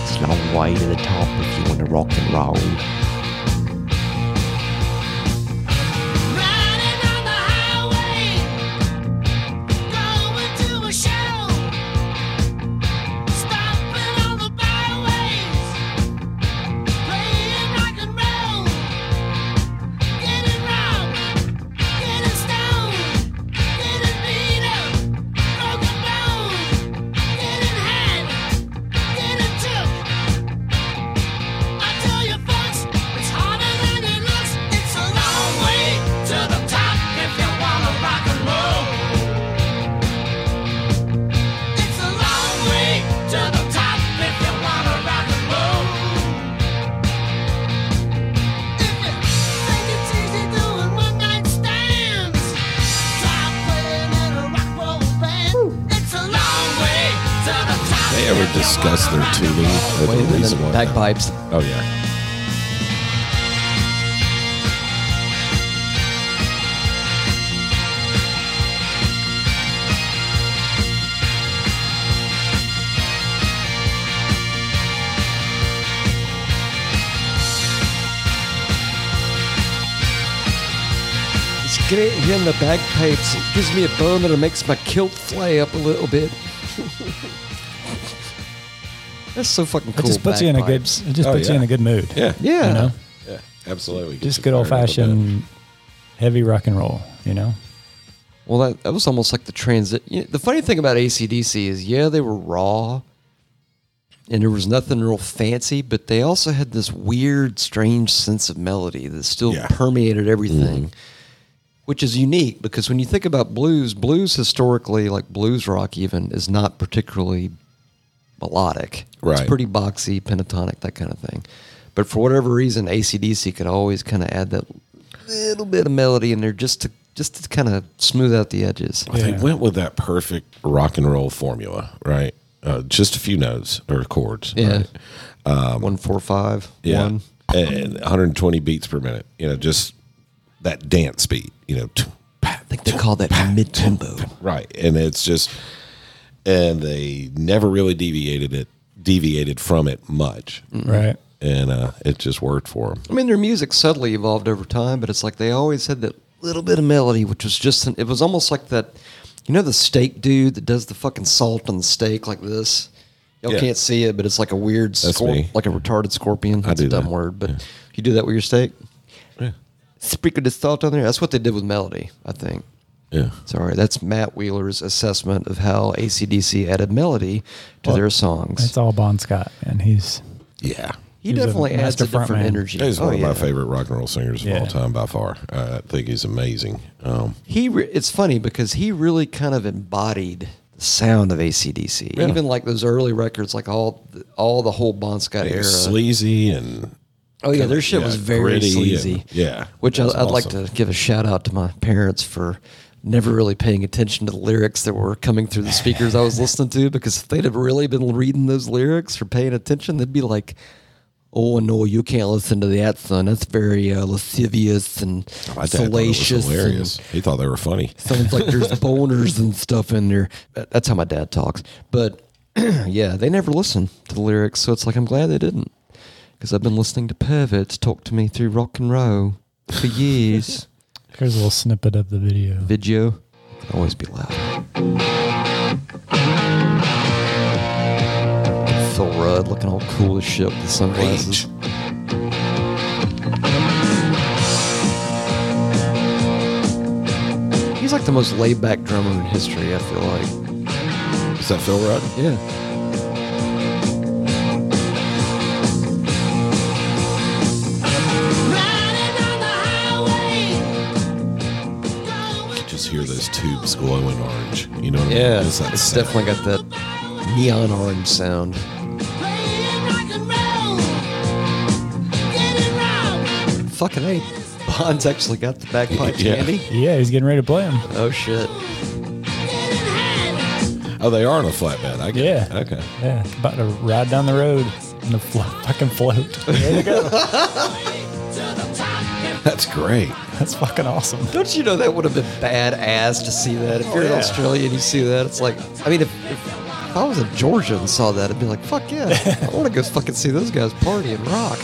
S1: It's a long way to the top if you want to rock and roll.
S10: Took. I tell you folks, it's harder than it looks. It's a long way to the top if you wanna rock and roll. It's a long way to the top if you wanna rock and roll. If you think it's easy doing one night stands, try playing in a rock roll band. It's a long way to the top.
S4: They ever discuss their tuning or the reason why?
S3: Bagpipes.
S4: Oh yeah.
S10: It's a long way to the top if you wanna rock and roll.
S3: hear- hearing the bagpipes it gives me a bone that it makes my kilt flay up a little bit. That's so fucking
S5: It
S3: cool.
S5: just puts you in a good.
S3: bagpipes.
S5: It just
S4: Oh,
S5: puts you in
S4: yeah.
S5: a good mood.
S4: Yeah.
S3: Yeah.
S5: You know,
S4: Yeah, absolutely. Get
S5: just
S4: you
S5: good old
S4: fired up a bit.
S5: fashioned heavy rock and roll. You know,
S3: Well, that, that was almost like the transit. You know, the funny thing about ACDC is, yeah, they were raw and there was nothing real fancy, but they also had this weird, strange sense of melody that still
S4: Yeah.
S3: permeated everything, which is unique because when you think about blues, blues historically, like blues rock even, is not particularly melodic.
S4: Right.
S3: It's pretty boxy, pentatonic, that kind of thing. But for whatever reason, ACDC could always kind of add that little bit of melody in there just to just to kind of smooth out the edges.
S4: They
S5: Yeah.
S4: went with that perfect rock and roll formula, right? Uh, just a few notes or chords.
S3: Yeah.
S4: right?
S3: one four five.
S4: Yeah.
S3: One.
S4: And 120 beats per minute. You know, just that dance beat, you know. t- pa-
S3: I think they call that mid tempo.
S4: Right. And it's just and they never really deviated it deviated from it much.
S5: right?
S4: And uh, it just worked for them.
S3: I mean, their music subtly evolved over time, but it's like they always had that little bit of melody, which was just an, it was almost like that. You know the steak dude that does the fucking salt on the steak like this. Y'all
S4: Yeah.
S3: can't see it, but it's like a weird,
S4: That's
S3: scor-
S4: me.
S3: like a retarded scorpion. That's
S4: do
S3: a dumb
S4: that.
S3: word, but you do that with your steak. Sprinkle the salt on there. That's what they did with melody, I think.
S4: Yeah.
S3: Sorry, that's Matt Wheeler's assessment of how ACDC added melody to their songs.
S5: It's all Bon Scott, and he's
S4: Yeah.
S3: He
S5: he's a
S3: definitely adds
S5: master
S3: a different
S5: frontman.
S3: energy.
S4: He's one
S3: Oh,
S4: of
S3: yeah.
S4: my favorite rock and roll singers of
S5: Yeah.
S4: all time by far. Uh, I think he's amazing. Um,
S3: He re- it's funny because he really kind of embodied the sound of ACDC.
S4: Yeah.
S3: Even like those early records, like all the, all the whole Bon Scott
S4: he
S3: era.
S4: was sleazy and
S3: Oh yeah, their shit
S4: yeah,
S3: was very
S4: gritty and-
S3: sleazy.
S4: yeah,
S3: which I,
S4: that's
S3: I'd like
S4: awesome.
S3: to give a shout out to my parents for never really paying attention to the lyrics that were coming through the speakers I was listening to. Because if they'd have really been reading those lyrics or paying attention, they'd be like, "Oh no, you can't listen to that, son. That's very uh, lascivious and
S4: my dad thought it was
S3: salacious." and-
S4: hilarious. He thought they were funny.
S3: Sounds like there's boners and stuff in there. That- That's how my dad talks. But yeah, they never listen to the lyrics, so it's like I'm glad they didn't. Because I've been listening to perverts talk to me through rock and roll for years.
S5: here's a little snippet of the video.
S3: Video can always be loud. Phil Rudd looking all cool as shit with the sunglasses. He's like the most laid back drummer in history, I feel like.
S4: Is that Phil Rudd?
S3: Yeah.
S4: You just hear those tubes glowing orange. You know what I mean?
S3: It's,
S4: that
S3: it's
S4: sound.
S3: definitely got that neon orange sound. Fucking A. Bond's actually got the bagpipes
S4: Yeah.
S3: handy.
S5: Yeah, he's getting ready to play him.
S3: Oh shit.
S4: Oh, they are on a flatbed. I get
S5: Yeah.
S4: It. Okay.
S5: Yeah, about to ride down the road in the flo- fucking float. There you go.
S4: That's great.
S5: That's fucking awesome.
S3: Don't you know that would have been badass to see that? If you're in
S5: yeah.
S3: Australia and you see that, it's like, I mean, if, if, if I was in Georgia and saw that, I'd be like, fuck yeah, I want to go fucking see those guys party and rock.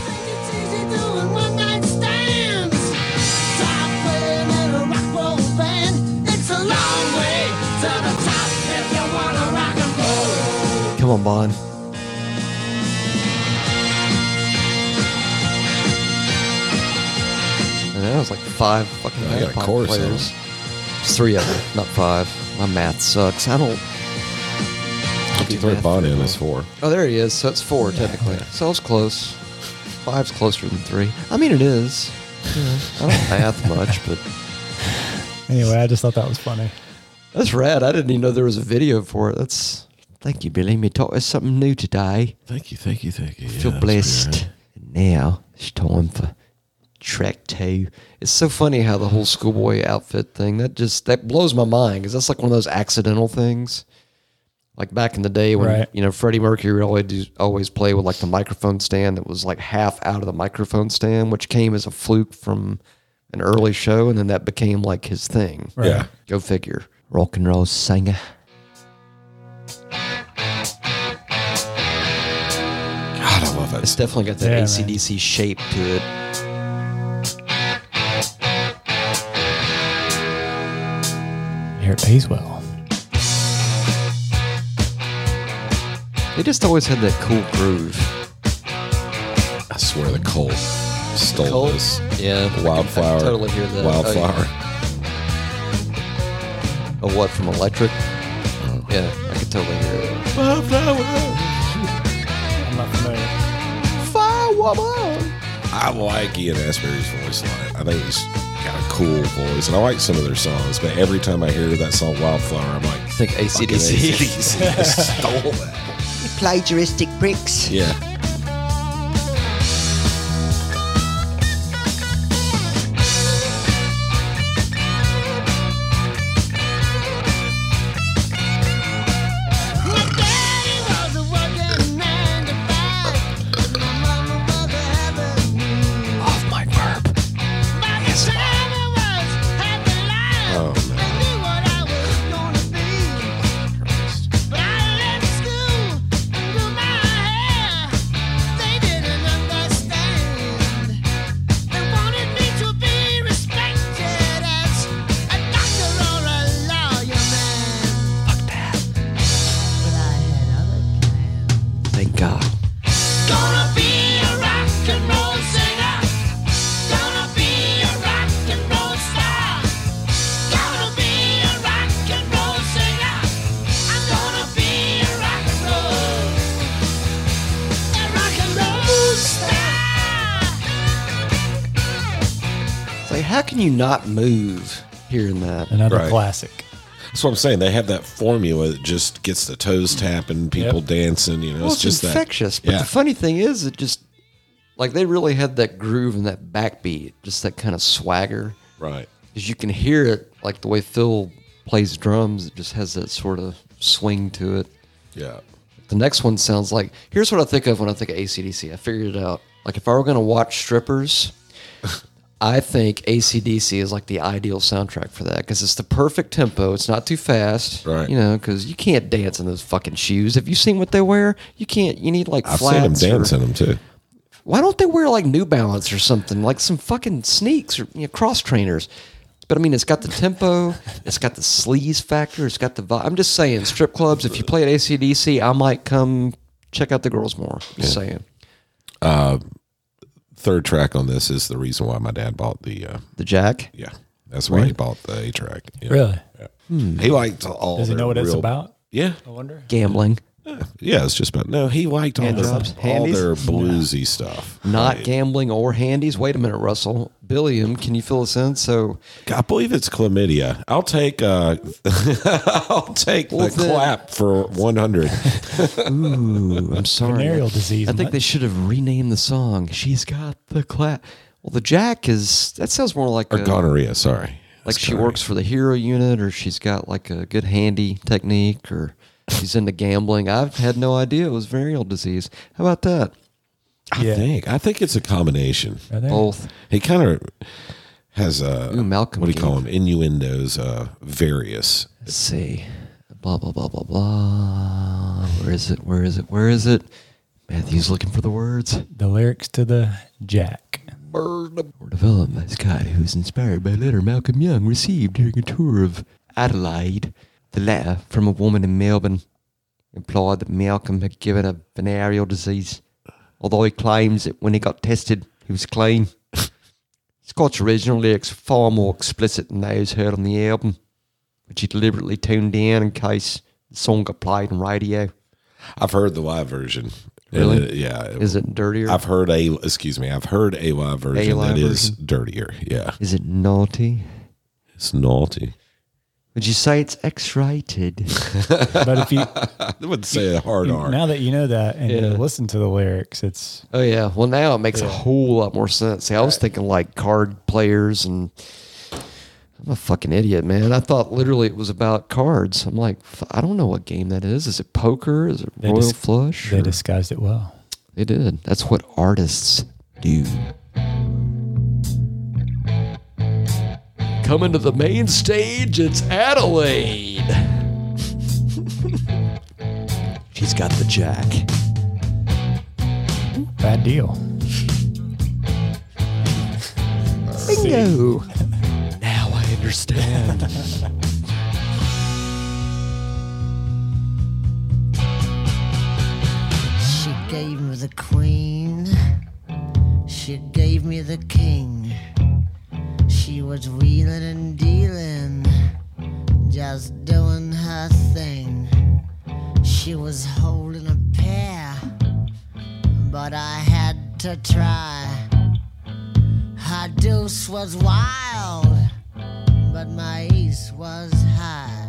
S3: Come on, Bond. And that was like five fucking
S4: I got a
S3: bagpipe
S4: chorus in
S3: players. It's three of them, not five. My math sucks. I don't.
S4: If you throw Bond in, it's four.
S3: Oh, there he is. So it's four technically. So it's close. Five's closer than three. I mean, it is. Yeah. I don't math much, but
S5: Anyway, I just thought that was funny.
S3: that's rad. I didn't even know there was a video for it. That's thank you, Billy. Me taught us something new today.
S4: Thank you, thank you, thank you.
S3: Feel blessed. And now it's time for track two. It's so funny how the whole schoolboy outfit thing that just that blows my mind because that's like one of those accidental things. Like back in the day when
S5: Right.
S3: you know Freddie Mercury would always do- always play with like the microphone stand that was like half out of the microphone stand, which came as a fluke from an early show, and then that became like his thing.
S4: Yeah.
S3: Go figure. Rock and roll singer.
S4: God, I love
S3: It's
S4: that.
S3: definitely got that
S5: Yeah, man.
S3: ACDC shape to it.
S5: here at Bayswell.
S3: They just always had that cool groove.
S4: I swear the Colt stole
S3: Colt?
S4: this.
S3: Yeah, I can- I can
S4: Wildflower.
S3: totally hear that. Oh, yeah.
S4: Wildflower.
S3: Of what from Electric? Yeah, I could totally hear it.
S5: I'm not familiar.
S4: I like Ian Asbury's voice a lot. I think he's got a cool voice, and I like some of their songs. But every time I hear that song Wildflower, I'm like,
S3: I think
S4: fucking
S3: ACDC.
S4: ACDC stole that.
S1: Plagiaristic pricks.
S4: Yeah.
S10: My daddy was a working man to five. My mama was a heaven. Off my verb. By the time I was half
S4: Oh,
S10: alive,
S4: no.
S10: I knew what I was gonna be. But I left school and grew my hair. They didn't understand. They wanted me to be respected as a doctor or a lawyer man. But I had other plans.
S1: Thank God.
S10: Gonna be a rock and roll singer. Gonna be a rock and roll star. Gonna be a rock and roll singer. I'm gonna be a rock and roll. A rock and roll star.
S1: It's like, how can you not move?
S3: Hearing that.
S5: Another
S4: Right.
S5: classic.
S4: That's what I'm saying. They have that formula that just gets the toes tapping, people dancing. You know,
S3: Well, it's,
S4: it's, just
S3: infectious.
S4: That,
S3: But
S4: yeah.
S3: the funny thing is, it just like they really had that groove and that backbeat, just that kind of swagger.
S4: right.
S3: Because you can hear it, like the way Phil plays drums, it just has that sort of swing to it.
S4: Yeah.
S3: The next one sounds like here's what I think of when I think of ACDC. I figured it out. Like if I were gonna watch strippers, I think ACDC is like the ideal soundtrack for that because it's the perfect tempo. It's not too fast,
S4: Right.
S3: You know, because you can't dance in those fucking shoes. Have you seen what they wear? You can't. You need like
S4: I've seen them
S3: flats. or-
S4: dancing them too.
S3: why don't they wear like New Balance or something, like some fucking sneaks or you know, cross trainers? But I mean, it's got the tempo, it's got the sleaze factor, it's got the vibe. I'm just saying, strip clubs, if you play at ACDC, I might come check out the girls more. Just saying.
S4: Third track on this is the reason why my dad bought the. Uh,
S3: The Jack?
S4: yeah, that's why he bought the A track. Yeah.
S5: Really?
S4: He liked all.
S5: Does he
S4: their
S5: know what it's
S4: real-
S5: about?
S4: Yeah,
S5: I wonder.
S1: Gambling.
S4: yeah. It's just about no. He liked all,
S1: Hand
S4: their,
S1: jobs,
S4: all
S1: handies.
S4: their bluesy stuff.
S3: Not gambling or handies. Wait a minute, Russell. Billiam, can you fill us in? So,
S4: I believe it's chlamydia. I'll take uh, I'll take
S3: Well,
S4: the
S3: then-
S4: clap for one hundred.
S1: Ooh, I'm
S4: Oh,
S1: sorry.
S5: Venereal disease.
S3: I think
S5: mate.
S3: they should have renamed the song. She's got the clap. Well, the Jack is, that sounds more like
S4: or
S3: a-
S4: gonorrhea. Sorry,
S3: like
S4: That's
S3: she
S4: gonorrhea.
S3: works for the hero unit or she's got like a good handy technique or she's into gambling i've had no idea it was venereal disease how about that
S4: I think I think it's a combination.
S5: Are they?
S3: both
S4: He kind of has a
S3: Ooh, Malcolm
S4: What do you call
S3: Gable.
S4: them? Innuendos. Uh, various.
S3: let's see blah blah blah blah blah where is it where is it where is it matthew's looking for the words
S5: The lyrics to the Jack.
S1: Or development Scott, who was inspired by a letter Malcolm Young received during a tour of Adelaide.
S3: the letter from a woman in melbourne implied that malcolm had given a venereal disease although he claims that when he got tested he was clean Scott's original lyrics are far more explicit than those heard on the album, which he deliberately toned down in case the song got played on radio.
S4: I've heard the live version. And
S3: Really?
S4: it- yeah. it-
S3: Is it dirtier?
S4: I've heard a excuse me. I've heard a live version
S3: live
S4: that is
S3: version?
S4: dirtier. Yeah,
S3: Is it naughty?
S4: it's naughty.
S3: Would you say it's X-rated?
S5: But if you
S4: I would say a hard R.
S5: now that you know that and you
S3: Yeah.
S5: listen to the lyrics, it's
S3: oh yeah. Well, now it makes a whole lot more sense. See, I was thinking like card players, and I'm a fucking idiot, man. I thought literally it was about cards. I'm like, f- I don't know what game that is. Is it poker? Is it royal
S5: dis-
S3: flush?
S5: they
S3: Or-
S5: disguised it well.
S3: They did. That's what artists do. Coming to the main stage, it's Adelaide.
S1: She's got the jack.
S5: Bad deal.
S1: Now I understand.
S10: the queen. She gave me the king. She was wheeling and dealing, just doing her thing. She was holding a pair, but I had to try. Her deuce was wild, but my ace was high.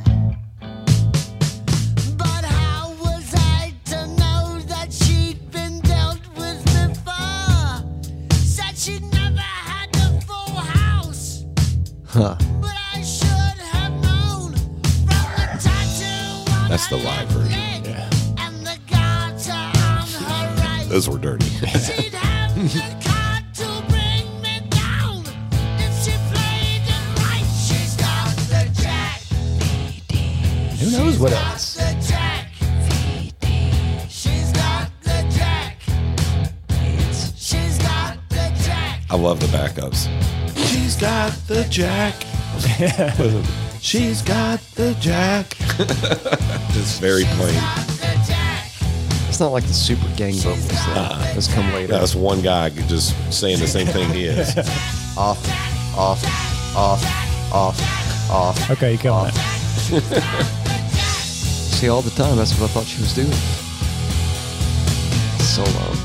S10: But how was I to know that she'd been dealt with before? Said she never had the full house,
S1: Huh.
S10: but I should have known from the tattoo on
S4: That's the
S10: her
S4: live
S10: left
S4: version.
S10: leg and the garter on her right.
S4: Those were dirty.
S10: She'd have the card to bring me down if she played it right. She's got the jack.
S5: Who knows what else?
S10: The jack. She's got the jack. She's got the jack.
S4: I love the backups. She's got the jack. She's got the jack. Just very plain.
S10: The jack.
S3: It's not like the super gang vocals that has come later.
S4: That's one guy just saying the same thing he is.
S1: Off, off, off, off, off.
S5: Okay, you killing it.
S3: See, all the time, that's what I thought she was doing. Solo.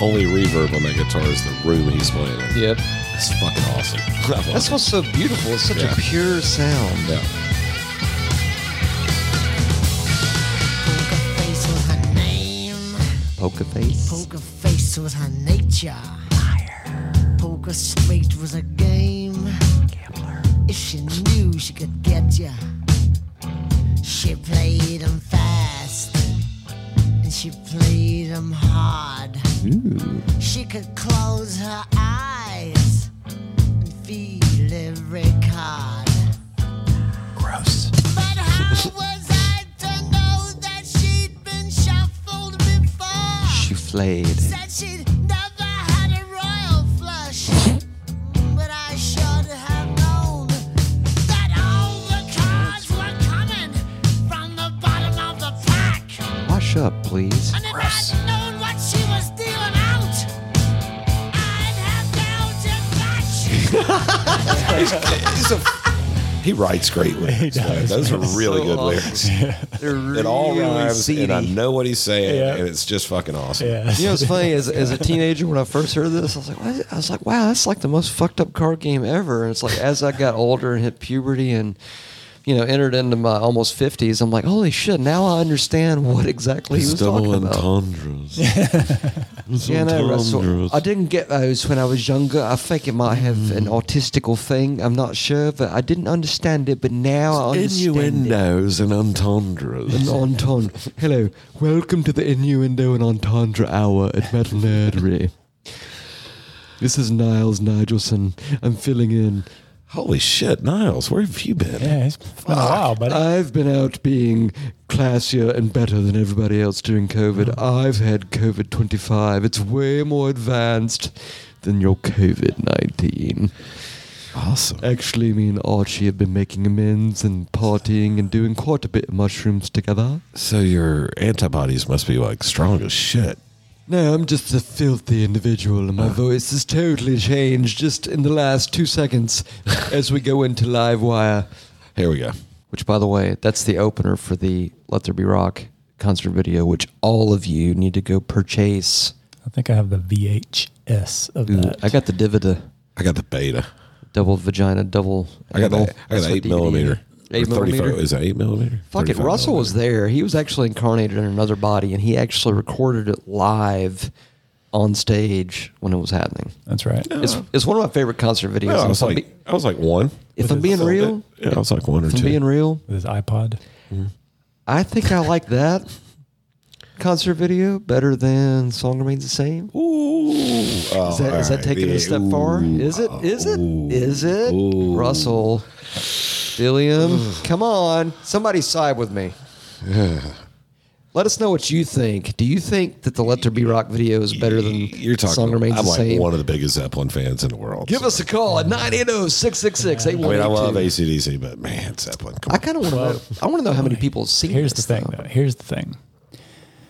S4: Only reverb on that guitar is the room he's playing in.
S3: Yep.
S4: It's fucking awesome. I love
S3: That's
S4: it.
S3: what's so beautiful. It's such
S4: Yeah.
S3: a pure sound.
S4: Yeah.
S10: Poker face was her name.
S1: Poker face.
S10: Poker face was her nature. Poker straight was a game. Gambler. If she knew she could get ya, she played 'em fast. And she played 'em hard. She could close her eyes and feel every card. But how was I to know that she'd been shuffled before?
S1: Souffled.
S10: Said she'd never had a royal flush. But I should have known that all the cards were coming from the bottom of the pack.
S1: Wash up, please.
S10: And if I'd known what she was dealing out, I'd have dealt it back.
S4: He writes great lyrics. man. Those are really good lyrics.
S3: They're
S4: It all
S3: really
S4: rhymes, and I
S3: seedy.
S4: know what he's saying,
S5: Yeah.
S4: and it's just fucking awesome.
S5: Yeah.
S3: You know, it's funny. As, as a teenager, when I first heard this, I was like, what? I was like, wow, that's like the most fucked up card game ever. And it's like, as I got older and hit puberty and you know entered into my almost fifties, I'm like, holy shit! Now I understand what exactly he was talking about.
S4: entendres.
S3: Yeah, no, right, so I didn't get those when I was younger. I think it might have
S6: Mm-hmm.
S3: an autistical thing. I'm not sure, but I didn't understand it. But now I understand it.
S4: and entendres.
S6: An entendre. Hello, welcome to the innuendo and entendre hour at Metal Nerdery. This is Niles Nigelson. I'm filling in.
S4: Holy shit, Niles, where have you been?
S5: Yeah, it's been a while, buddy.
S6: I've been out being classier and better than everybody else during COVID. I've had COVID 25. It's way more advanced than your COVID 19.
S4: Awesome.
S6: Actually, me and Archie have been making amends and partying and doing quite a bit of mushrooms together.
S4: So your antibodies must be like strong as shit.
S6: No, I'm just a filthy individual, and
S3: Ah.
S6: my voice has totally changed just in the last two seconds as we go into live wire.
S4: Here we go.
S3: Which, by the way, that's the opener for the Let There Be Rock concert video, which all of you need to go purchase.
S5: I think I have the VHS of
S3: Ooh,
S5: that.
S3: I got the Divida,
S4: I got the beta.
S3: double vagina, double.
S4: I got
S3: anal.
S4: the, I got
S3: That's
S4: the
S3: what
S4: eight
S3: DVD
S4: millimeter.
S3: Eight
S4: Or 35
S3: millimeter?
S4: Is that eight millimeter?
S3: Fuck it,
S4: 35
S3: Russell was
S4: millimeter.
S3: there. He was actually incarnated in another body, and he actually recorded it live on stage when it was happening.
S5: That's right.
S3: It's,
S4: Oh.
S3: it's one of my favorite concert videos.
S4: No, I
S3: And
S4: was
S3: if I'm
S4: like,
S3: be-
S4: I was like one.
S3: if I'm being real,
S4: Yeah, I was like one or
S3: if I'm
S4: two.
S3: being real,
S5: With his iPod.
S3: I think I like that concert video better than "Song Remains the Same."
S4: Ooh, Oh,
S3: Is that, is that
S4: all right.
S3: taking it a step
S4: Ooh.
S3: far? Is it? Is it? Is it? Russell, Dilliam, come on. Somebody side with me. Let us know what you think. Do you think that the Let There Be Rock video is better than
S4: You're talking.
S3: Song Remains
S4: I'm
S3: the
S4: like
S3: Same?
S4: one of the biggest Zeppelin fans in the world.
S3: Give
S4: so.
S3: us a call at 980 666
S4: I mean, I
S3: 8182.
S4: love ACDC, but man, Zeppelin. Come
S3: I
S4: on.
S3: kind of want to know. I want to know how many people have seen
S5: Here's the
S3: this
S5: thing, though. Here's the thing.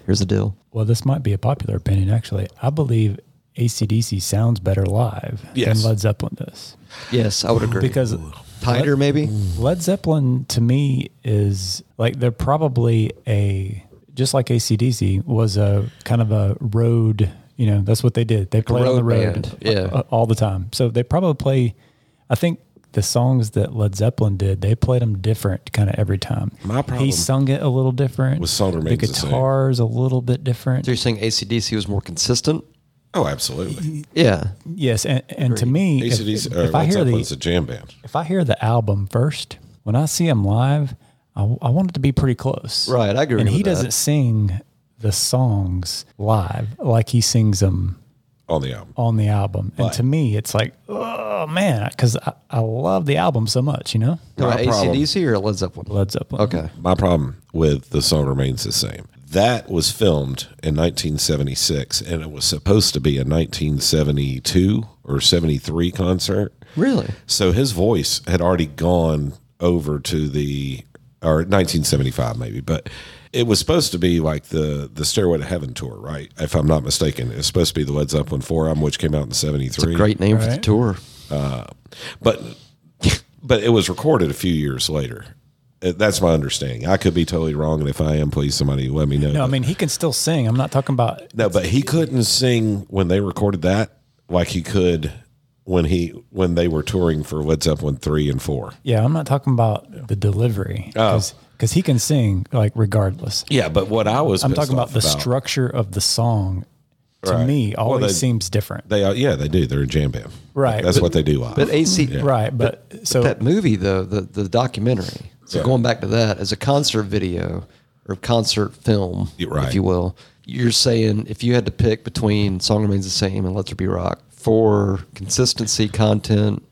S3: Here's the deal.
S5: Well, this might be a popular opinion, actually. I believe ACDC sounds better live
S4: Yes.
S5: than Led Zeppelin does.
S3: Yes, I would agree.
S5: Because
S3: Tighter, maybe?
S5: Led Zeppelin to me is like they're probably a just like ACDC was a kind of a road. You know, that's what they did. They played on the
S3: road
S5: road
S3: band, yeah.
S5: a- all the time. So they probably play. I think the songs that Led Zeppelin did, they played them different kind of every time.
S4: My problem
S5: he sung it a little different.
S4: with Song
S5: the
S4: Remains the Same.
S5: guitars a little bit different.
S3: So you're saying ACDC was more consistent?
S4: Oh, absolutely.
S3: Yeah.
S5: Yes, and, and to me, if,
S4: ACDC.
S5: if
S3: uh,
S5: I hear
S4: Zeppelin's
S5: the
S4: a jam band.
S5: if I hear the album first, when I see him live, I, I want it to be pretty close.
S3: Right, I agree
S5: And
S3: with
S5: he
S3: that.
S5: doesn't sing the songs live like he sings them
S4: on the album.
S5: on the album. And to me, it's like, oh man, because I, I love the album so much, you know.
S3: No,
S4: My problem-
S3: ACDC or Led Zeppelin?
S5: Led Zeppelin.
S3: Okay.
S4: My problem with the song remains the same. That was filmed in 1976, and it was supposed to be a 1972 or 73 concert.
S3: Really?
S4: So his voice had already gone over to the or 1975 maybe, but it was supposed to be like the the Stairway to Heaven tour, right? If I'm not mistaken, it's supposed to be the Led Zeppelin four album, which came out in '73.
S3: Great name for the
S5: Right.
S3: tour.
S4: but but it was recorded a few years later. Uh, That's my understanding. I could be totally wrong, and if I am, please somebody let me know.
S5: No, I
S4: But-
S5: mean he can still sing. I'm not talking about
S4: no, but he couldn't sing when they recorded that like he could when he when they were touring for Led Zeppelin three and four.
S5: yeah. I'm not talking about the delivery
S3: Oh.
S5: because he can sing like regardless.
S4: Yeah, but what I was
S5: I'm
S4: pissed
S5: talking about
S4: off
S5: the structure of the song. To
S4: Right.
S5: me,
S4: Well,
S5: always
S4: they-
S5: seems different.
S4: They are, yeah, they do. They're a jam band.
S5: Right,
S4: That's
S5: but-
S4: what they do live.
S3: But AC,
S5: Right, but, so
S3: that movie though the the documentary so
S4: Yeah.
S3: going back to that as a concert video or concert film
S4: Yeah, right.
S3: if you will you're saying if you had to pick between song remains the same and let there be rock for consistency content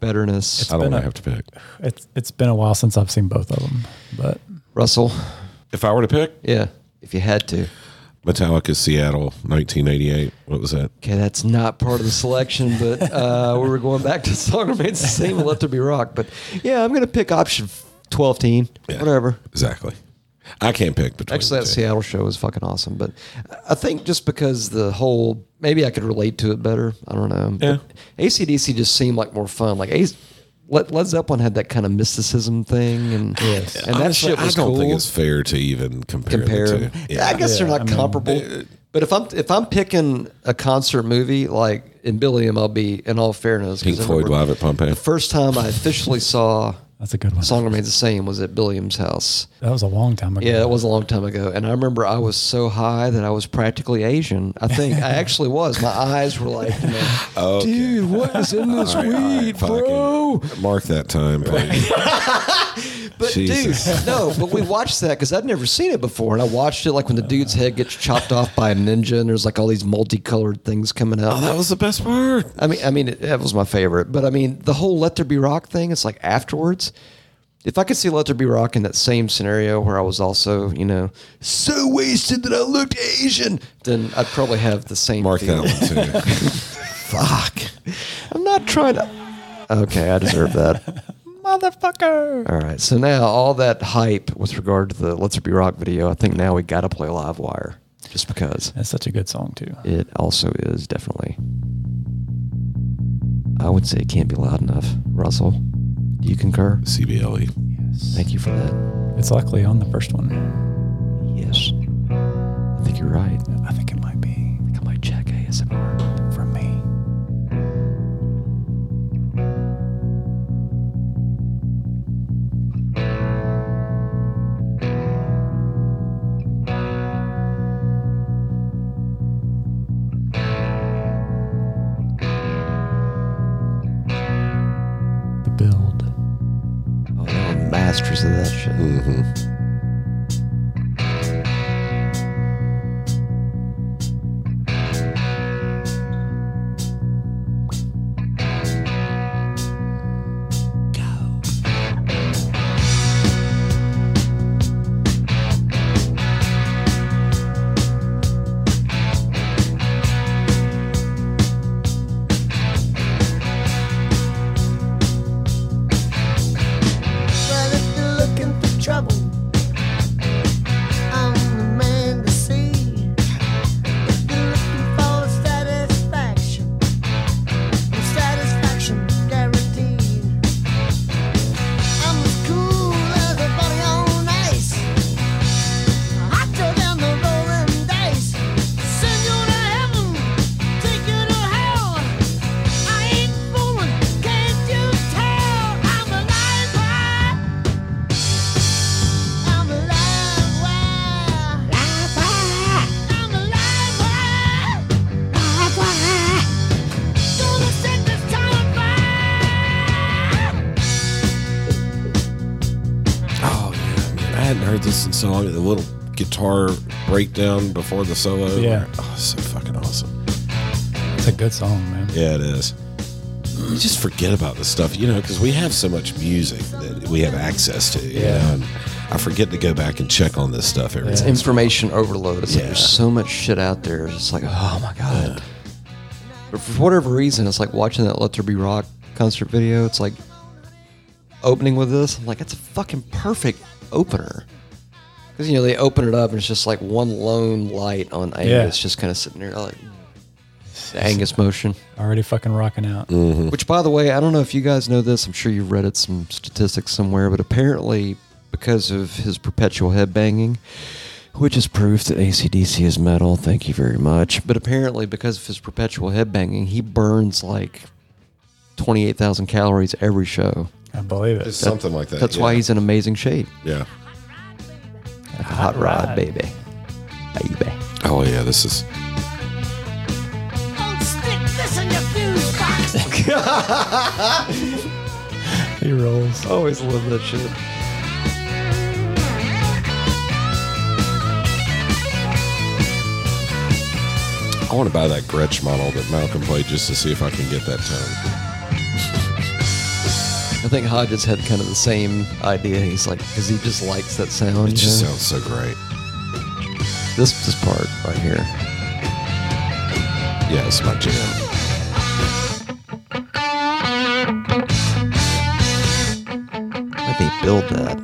S3: betterness
S4: I don't
S5: been
S4: want to
S5: a-
S4: have to pick.
S5: it's it's been a while since I've seen both of them, but
S3: russell
S4: If I were to pick
S3: yeah if you had to
S4: Metallica Seattle 1988, what was that?
S3: okay that's not part of the selection but uh, we were going back to song remains the same and let there be rock but yeah i'm gonna pick option 12 teen
S4: Yeah.
S3: whatever
S4: Exactly. I can't pick between.
S3: Actually,
S4: the
S3: that
S4: two.
S3: Seattle show was fucking awesome. But I think just because the whole, maybe I could relate to it better. I don't know.
S4: Yeah.
S3: But ACDC just seemed like more fun. Like Ace, Led, Led Zeppelin had that kind of mysticism thing, and and that
S4: Honestly,
S3: shit was
S4: I don't
S3: cool.
S4: think it's fair to even compare,
S3: Compare
S4: the
S3: 'em.
S4: two. uh,
S3: I guess they're not comparable. but if I'm if I'm picking a concert movie like in Billiam, I'll be in all fairness. 'cause
S4: Pink
S3: I
S4: Floyd
S3: remember
S4: live at Pompeii.
S3: The first time I officially saw
S5: that's a good one.
S3: Song Remains the Same was at Billiam's house.
S5: That was a long time ago.
S3: Yeah, that was a long time ago. And I remember I was so high that I was practically Asian. I think I actually was. My eyes were like, you know, dude, what is in this
S4: All right, all right,
S3: weed,
S4: fucking
S3: bro?
S4: Mark that time, please.
S3: But
S4: Jesus.
S3: dude, no, but we watched that because I'd never seen it before. And I watched it like when the dude's head gets chopped off by a ninja and there's like all these multicolored things coming out.
S4: Oh, that was the best part.
S3: I mean, I mean, it, that was my favorite. But I mean, the whole "Let There Be Rock" thing. It's like afterwards, if I could see "Let There Be Rock" in that same scenario where I was also, you know, so wasted that I looked Asian, then I'd probably have the same.
S4: Mark that
S3: feeling.
S4: one too.
S3: Fuck. I'm not trying to. Okay, I deserve that.
S5: motherfucker.
S3: All right. So now all that hype with regard to the "Let There Be Rock" video, I think now we got to play Live Wire just because.
S5: That's such a good song too.
S3: It also is definitely. I would say it can't be loud enough. Russell, do you concur?
S4: CBLE.
S3: Thank you for that.
S5: It's likely on the first one.
S3: Yes. I think you're right. I
S5: I think it might be
S3: think I might check ASMR.
S5: from me. The build.
S3: Oh, they were masters of that shit.
S4: Oh, heard this in so long. The little guitar breakdown before the solo.
S5: Yeah.
S4: Oh, it's so fucking awesome.
S5: It's a good song, man.
S4: Yeah, it is. You just forget about this stuff, you know, because we have so much music that we have access to. You
S5: Yeah.
S4: Know? And I forget to go back and check on this stuff every time.
S3: information overload. It's like
S4: Yeah.
S3: there's so much shit out there. It's just like, oh my god. But for whatever reason, it's like watching that Let There Be Rock concert video. It's like opening with this. I'm like, that's a fucking perfect opener. Because you know they open it up and it's just like one lone light on Angus, just kind of sitting there like the Angus motion.
S5: Already fucking rocking out.
S3: Which, by the way, I don't know if you guys know this. I'm sure you've read it some statistics somewhere, but apparently, because of his perpetual headbanging, which is proof that ACDC is metal, thank you very much. But apparently, because of his perpetual headbanging, he burns like 28,000 calories every show.
S5: I believe it.
S4: It's something like that.
S3: That's
S4: yeah.
S3: why he's in amazing shape.
S4: Yeah.
S3: Like a hot rod, baby. Baby.
S4: Oh, yeah. This is.
S10: Old stick, this in your fuse box.
S5: He rolls.
S3: Always love that shit.
S4: I want to buy that Gretsch model that Malcolm played just to see if I can get that tone.
S3: I think Hodges had kind of the same idea. He's like, because he just likes that sound.
S4: It just
S3: you know?
S4: sounds so great.
S3: this, this part right here.
S4: Yeah, it's my jam.
S3: Why'd they build that?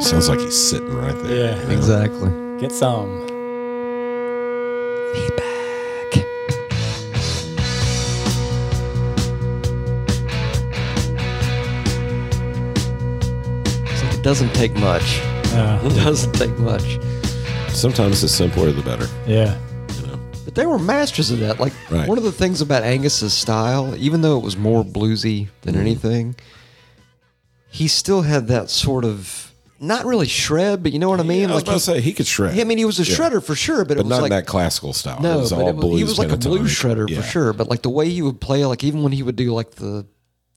S4: Sounds like he's sitting right there.
S5: Yeah.
S4: you know?
S3: Exactly.
S5: Get some.
S3: It's like it doesn't take much.
S5: Uh,
S3: It doesn't take much.
S4: Sometimes the simpler the better.
S5: yeah.
S3: But they were masters of that. Like
S4: Right.
S3: one of the things about Angus's style, even though it was more bluesy than
S4: Mm-hmm.
S3: anything, he still had that sort of not really shred, but you know what I mean.
S4: I was
S3: like
S4: about to
S3: he,
S4: say he could shred.
S3: I mean, he was a
S4: Yeah.
S3: shredder for sure, but, it
S4: but
S3: was
S4: not
S3: like
S4: in that classical style.
S3: no,
S4: it was
S3: but
S4: all
S3: it was-
S4: blues.
S3: he was like a
S4: pentatonic.
S3: blues shredder
S4: Yeah.
S3: for sure. But like the way he would play, like even when he would do like the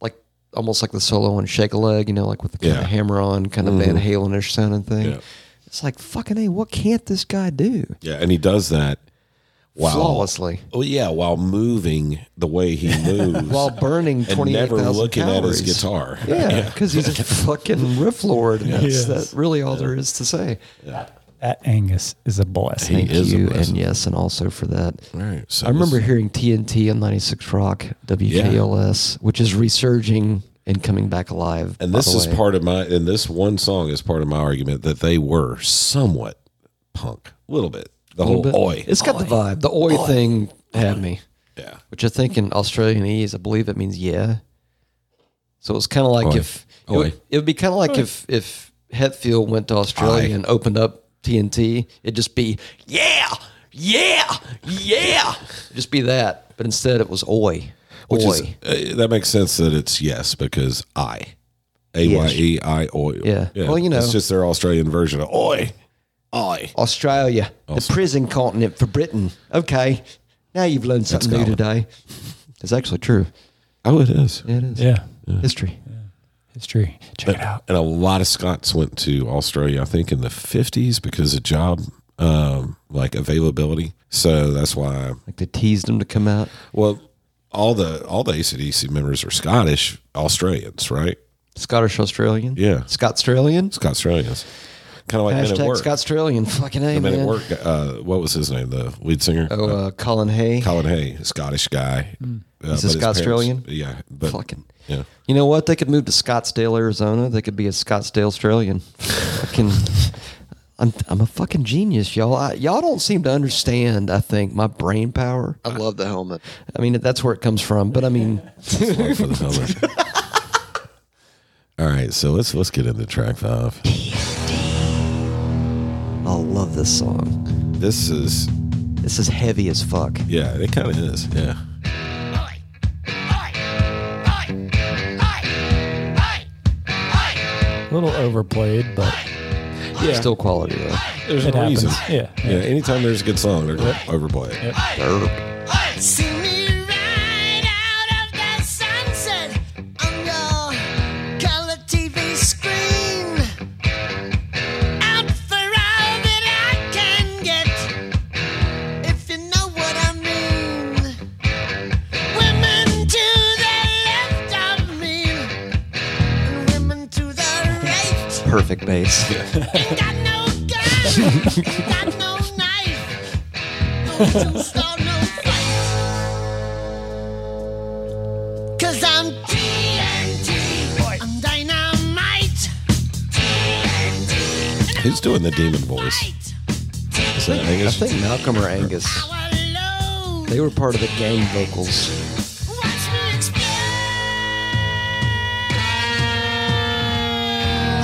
S3: like almost like the solo on Shake a Leg, you know, like with the kind
S4: Yeah. Mm-hmm.
S3: of hammer on kind of Van Halen ish sounding thing.
S4: Yeah.
S3: It's like fucking a. What can't this guy do?
S4: Yeah, and he does that while
S3: Flawlessly.
S4: Oh yeah, while moving the way he moves,
S3: While burning
S4: and
S3: twenty eight
S4: never
S3: thousand
S4: looking
S3: calories.
S4: at his guitar.
S3: Yeah, because he's a fucking riff lord. and That's
S5: Yes.
S3: that really all there is to say.
S5: That Angus is a blessing.
S4: He
S3: Thank
S4: is a
S3: you,
S4: blessing.
S3: and yes, and also for that.
S4: Right. So
S3: I remember
S4: this-
S3: hearing TNT on 96 Rock, WKLS, which is resurging and coming back alive.
S4: and
S3: by
S4: this
S3: the
S4: is
S3: way.
S4: part of my and this one song is part of my argument that they were somewhat punk, a little bit. The whole
S3: bit.
S4: oi.
S3: It's got the vibe. The oi, thing had me,
S4: yeah.
S3: which I think in Australianese, I believe it means yeah. So it's kind of like
S4: Oi.
S3: if it would,
S4: Oi.
S3: it would be kind of like if if Hetfield went to Australia
S4: Aye.
S3: and opened up TNT, it'd just be yeah, yeah, yeah, It'd just be that. But instead, it was oi,
S4: Which
S3: oi.
S4: is uh, that makes sense that it's yes because I. A Y E I oi.
S3: Yeah. Well, you know.
S4: It's just their Australian version of oi. Oi.
S3: Australia, the prison continent for Britain. Okay, now you've learned something new
S4: Scotland.
S3: today. It's actually true.
S4: Oh it is.
S3: Yeah, it is.
S5: Yeah.
S3: History.
S5: History. Check it out.
S4: and a lot of Scots went to Australia, I think, in the fifties because of job um, like availability. So that's why.
S3: Like they teased them to come out.
S4: Well, all the all the ACDC members are Scottish Australians, right?
S3: Scottish Australian.
S4: Yeah.
S3: Scott Australian.
S4: Scots Australians, kind of like Men at
S3: Hashtag
S4: Work.
S3: Scott Australian. Fucking A,
S4: the Men
S3: man.
S4: at Work. Uh, what was his name? The lead singer.
S3: Oh,
S4: Uh,
S3: uh, Colin Hay.
S4: Colin Hay, a Scottish guy.
S3: He's a
S4: Uh, but his parents-
S3: Scots-Australian?
S4: Yeah, but
S3: Fucking.
S4: yeah.
S3: You know what? They could move to Scottsdale, Arizona. They could be a Scottsdale Australian. fucking. I'm, I'm a fucking genius, y'all. I, y'all don't seem to understand. I think my brain power.
S6: I love the helmet.
S3: I mean, that's where it comes from. But I mean,
S4: One for the helmet. All right, so let's let's get into track five.
S3: I love this song.
S4: This is
S3: This is heavy as fuck.
S4: yeah, it kind of is yeah.
S5: A little overplayed, but
S3: Still quality though.
S4: There's
S5: It
S4: a
S5: happens.
S4: reason.
S5: Yeah, yeah.
S4: Anytime there's a good song, they're going to overplay it.
S10: See me right out of the sunset on your color TV screen. Out for all that I can get, if you know what I mean. Women to the left of me, and women to the right.
S1: Perfect bass.
S10: Ain't got no gun, ain't got no knife. Don't you start no fight. Cause I'm TNT. I'm dynamite. TNT. And I
S4: Who's doing the
S10: will
S4: demon
S10: not
S4: voice?
S10: fight.
S4: Is that Angus?
S3: I think Malcolm or Angus.
S10: Our love.
S3: They were part of the gang vocals.
S10: Watch me explode.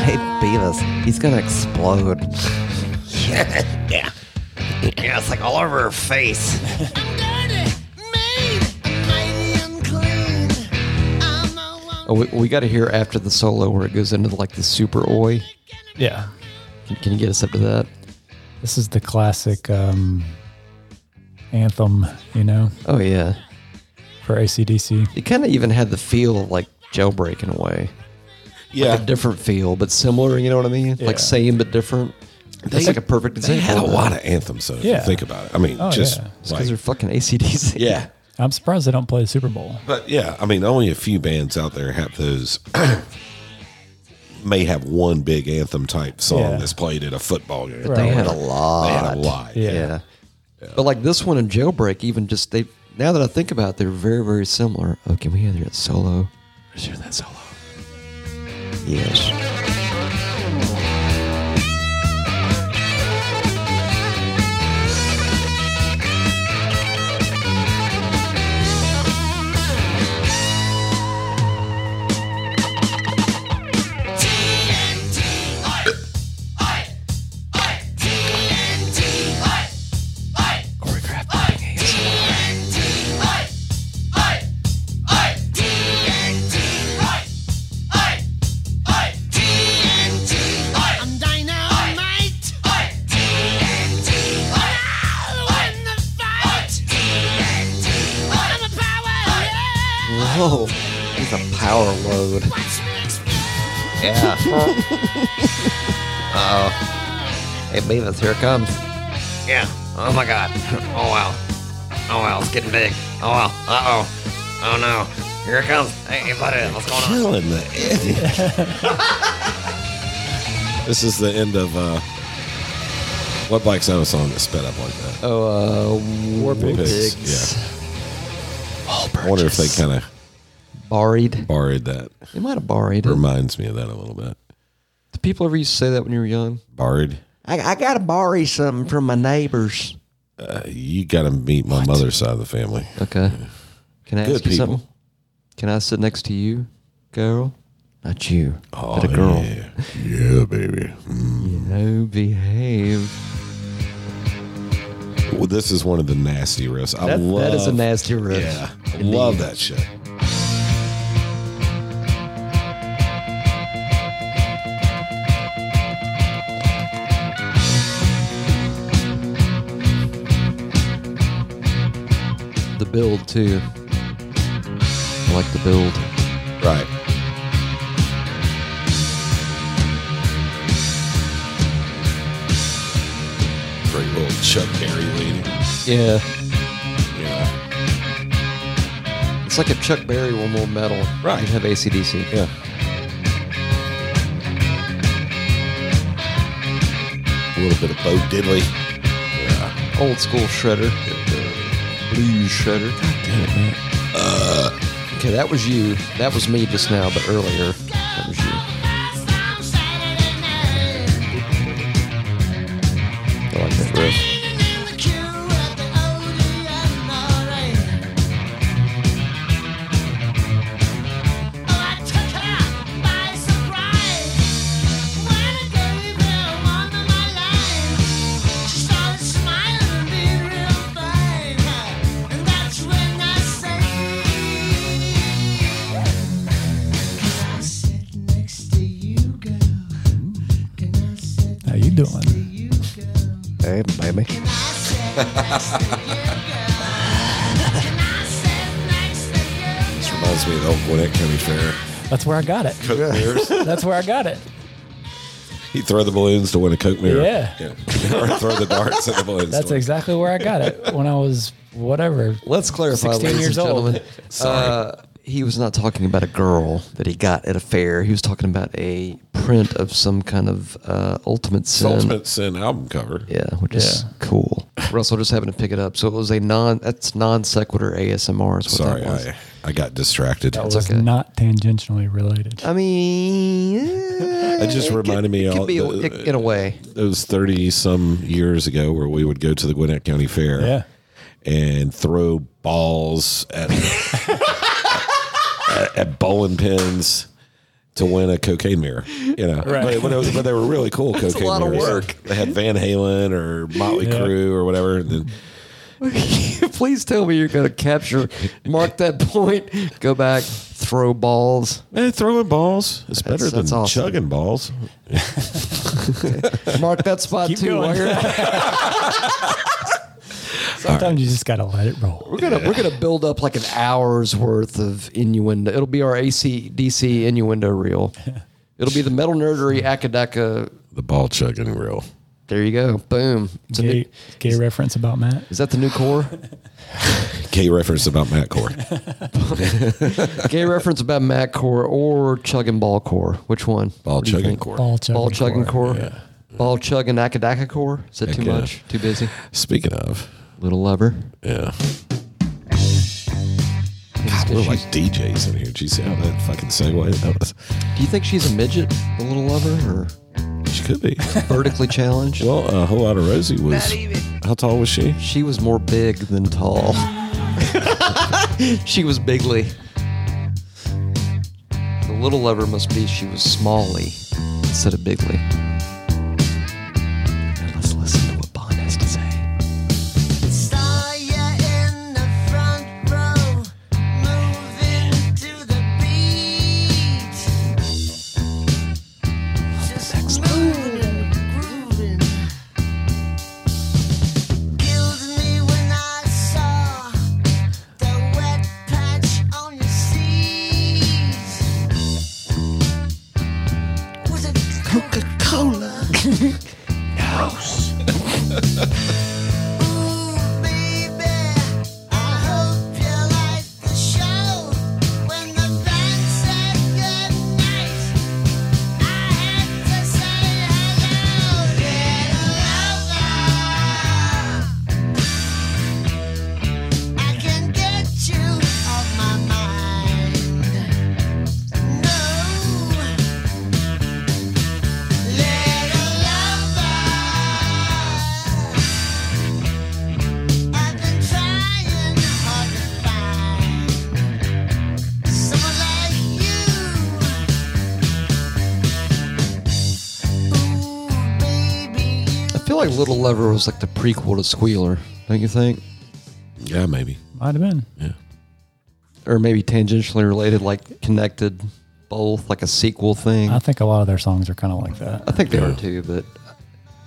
S1: Hey, Beavis, he's gonna explode. yeah. Yeah, it's like all over her face.
S10: I'm dirty, made, I'm mighty unclean. I'm a woman.
S3: Oh, we, we got to hear after the solo where it goes into like the super oi.
S5: yeah.
S3: Can, can you get us up to that?
S5: This is the classic um, anthem, you know,
S3: Oh yeah.
S5: for ACDC.
S3: It kind of even had the feel of like jailbreak in a way.
S4: Yeah.
S3: Like a different feel, but similar. You know what I mean?
S5: Yeah.
S3: Like same but different. That's like a perfect
S4: They
S3: example.
S4: had a
S3: of that.
S4: lot of anthems, though, if
S5: Yeah.
S4: you think about it. I mean,
S5: Oh,
S4: just
S5: yeah.
S3: It's because
S4: like,
S3: they're fucking ACDC.
S4: yeah.
S5: I'm surprised they don't play the Super Bowl.
S4: But yeah, I mean, only a few bands out there have those. may have one big anthem type song
S5: Yeah.
S4: that's played at a football game.
S5: Right.
S3: They had a
S4: They
S3: lot.
S4: had a lot.
S5: Yeah.
S3: Yeah. But like this one in Jailbreak, even just they. Now that I think about it, they're very, very similar. Oh, can we hear that solo? Let's hear that solo. Yes.
S10: TNT. Oi, oi, oi. TNT. Oi, oi. TNT. Oi, oi, oi. TNT. Oi, oi, oi. TNT. Oi. I'm dynamite. Oi. TNT. Oi. I'll win the fight. TNT. I'm a power.
S3: Oh,
S1: Whoa, he's a power load.
S10: Watch me explode.
S1: Yeah. oh, hey Beavis, here it comes. Yeah. Oh my God. Oh wow. Oh wow, it's getting big. Oh wow. Uh oh. Oh no. Here it comes. Hey, buddy, what's going on?
S4: Killing the This is the end of uh, what Black Sabbath song that sped up like that?
S3: Oh, uh, War
S4: Pigs, Yeah. I wonder if they kind of
S3: Borrowed.
S4: borrowed that.
S3: They might have
S5: Hmm?
S3: borrowed it.
S4: Reminds me of that a little bit.
S3: Do people ever used to say that when you were young?
S4: Borrowed.
S1: I, I gotta borrow something from my neighbors.
S4: Uh, you got to meet my mother's side of the family.
S3: Okay. Can I ask
S4: Good
S3: you
S4: people.
S3: something? Can I sit next to you, girl? Not you,
S4: Oh,
S3: but a girl.
S4: yeah. Yeah, baby.
S3: No, behave.
S4: Well, this is one of the nasty riffs. I
S3: That,
S4: love
S3: that is a nasty riff.
S4: Yeah, I love that shit.
S3: The build too. I like the build.
S4: Right. Great little Chuck Berry leading.
S3: Yeah.
S4: Yeah.
S3: It's like if Chuck Berry were more metal,
S4: Right.
S3: you'd have ACDC.
S4: Yeah. A little bit of Bo Diddley. Yeah.
S3: Old school shredder. Blues shredder. Uh, okay, that was you. That was me just now, but earlier. That was you. I like that riff.
S10: Next to you, girl. Can I sit
S5: Now you doing?
S11: Hey, baby.
S4: This reminds me of the old Gwinnett County Fair.
S5: That's where I got it.
S4: Coke mirrors.
S5: That's where I got it.
S4: He throw the balloons to win a Coke mirror.
S5: Yeah.
S4: or throw the darts at the balloons.
S5: That's
S4: to win.
S5: exactly where I got it when I was whatever.
S3: Let's clarify,
S5: 16
S3: ladies
S5: years
S3: and
S5: old.
S3: gentlemen. Uh, he was not talking about a girl that he got at a fair. He was talking about a print of some kind of uh, Ultimate Sin.
S4: Ultimate Sin album cover.
S3: Yeah, which is cool. Russell just happened to pick it up. So it was a non, that's non sequitur ASMR is what
S4: Sorry,
S3: that was.
S4: I, I got distracted.
S5: That was not tangentially related.
S3: I mean,
S4: It just reminded me
S3: it could
S4: all
S3: be,
S4: the-
S3: in a way.
S4: those 30 some years ago where we would go to the Gwinnett County Fair
S5: Yeah.
S4: and throw balls at, at bowling pins to win a cocaine mirror. You know,
S5: Right.
S4: but, but, it was- but they were really cool cocaine
S3: lot of
S4: mirrors.
S3: work.
S4: They had Van Halen or Motley
S5: Yeah.
S4: Crue or whatever. And then
S3: Please tell me you're going to capture, mark that point, go back, throw balls.
S4: eh, throwing balls is better
S3: That's-
S4: than
S3: that's awesome.
S4: chugging balls.
S3: Mark that spot
S5: Keep
S3: too.
S5: going.
S3: while you're at it.
S5: Sometimes you just got to let it roll.
S3: We're gonna we're gonna build up like an hour's worth of innuendo. It'll be our ACDC innuendo reel. It'll be the metal nerdery akadaka.
S4: The ball chugging reel.
S3: There you go. Boom. It's a new,
S5: Gay, gay reference about Matt.
S3: is that the new core?
S4: Gay reference about Matt Core.
S3: Gay reference about Matt core or chugging ball core? Which one?
S4: Ball
S3: What do you
S4: chugging
S3: think?
S4: core.
S5: Ball chugging.
S3: Ball chugging core.
S4: yeah.
S3: Ball chugging akadaka core. Is that
S4: Heck
S3: too
S4: yeah.
S3: much? Too busy.
S4: Speaking of,
S3: Little lover.
S4: yeah. We're like DJs in here. Did you see how that fucking segue that was?
S3: Do you think she's a midget? The little lover
S4: She could be.
S3: or vertically challenged?
S4: well, a whole lot of Rosie was. How tall was she?
S3: She was more big than tall. she was bigly. The little lover must be she was smally instead of bigly. Now let's listen to what Bond has to say.
S10: Coca-Cola. Little lover I've been trying hard to find someone like you. Ooh, baby,
S3: I feel like Little Lover was like the prequel to Squealer, don't you think?
S4: Yeah, maybe.
S5: Might have been.
S3: Or maybe tangentially related, like connected, both like a sequel thing.
S5: I
S3: I
S5: think a lot of their songs are kind of like that.
S3: think they are too, but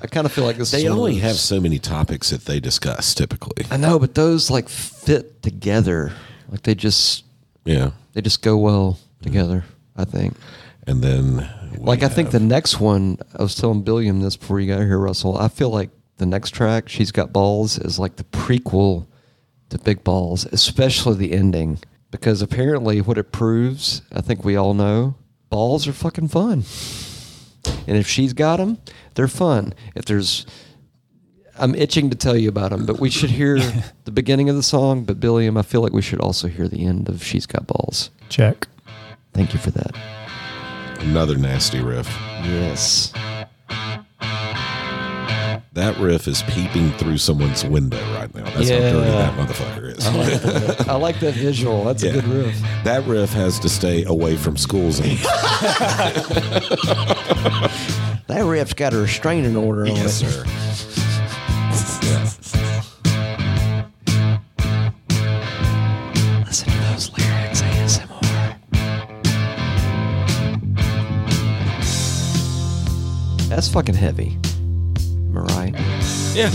S3: I kind of feel like this. is
S4: They
S3: one of
S4: only
S3: those-
S4: have so many topics that they discuss typically.
S3: I know, but those like fit together. Like they just
S4: Yeah.
S3: they just go well together. I think.
S4: And then. we
S3: Like I think the
S4: have-
S3: next one, I was telling Billiam this before you got here, Russell. I feel like the next track, "She's Got Balls," is like the prequel to Big Balls, especially the ending, because apparently what it proves, I think we all know, balls are fucking fun, and if she's got them, they're fun. If there's I'm itching to tell you about them, but we should hear the beginning of the song. But Billiam, I feel like we should also hear the end of "She's Got Balls."
S5: Check.
S3: Thank you for that.
S4: Another nasty riff.
S3: Yes.
S4: That riff is peeping through someone's window right now. That's how dirty
S3: Yeah.
S4: that motherfucker is.
S3: I like that visual. That's
S4: Yeah.
S3: a good riff.
S4: that riff has to stay away from schools. And
S3: That riff's got a restraining order on
S4: yes,
S3: it.
S4: sir.
S3: Listen to those lyrics, ASMR. That's fucking heavy. Am I right?
S4: Yeah.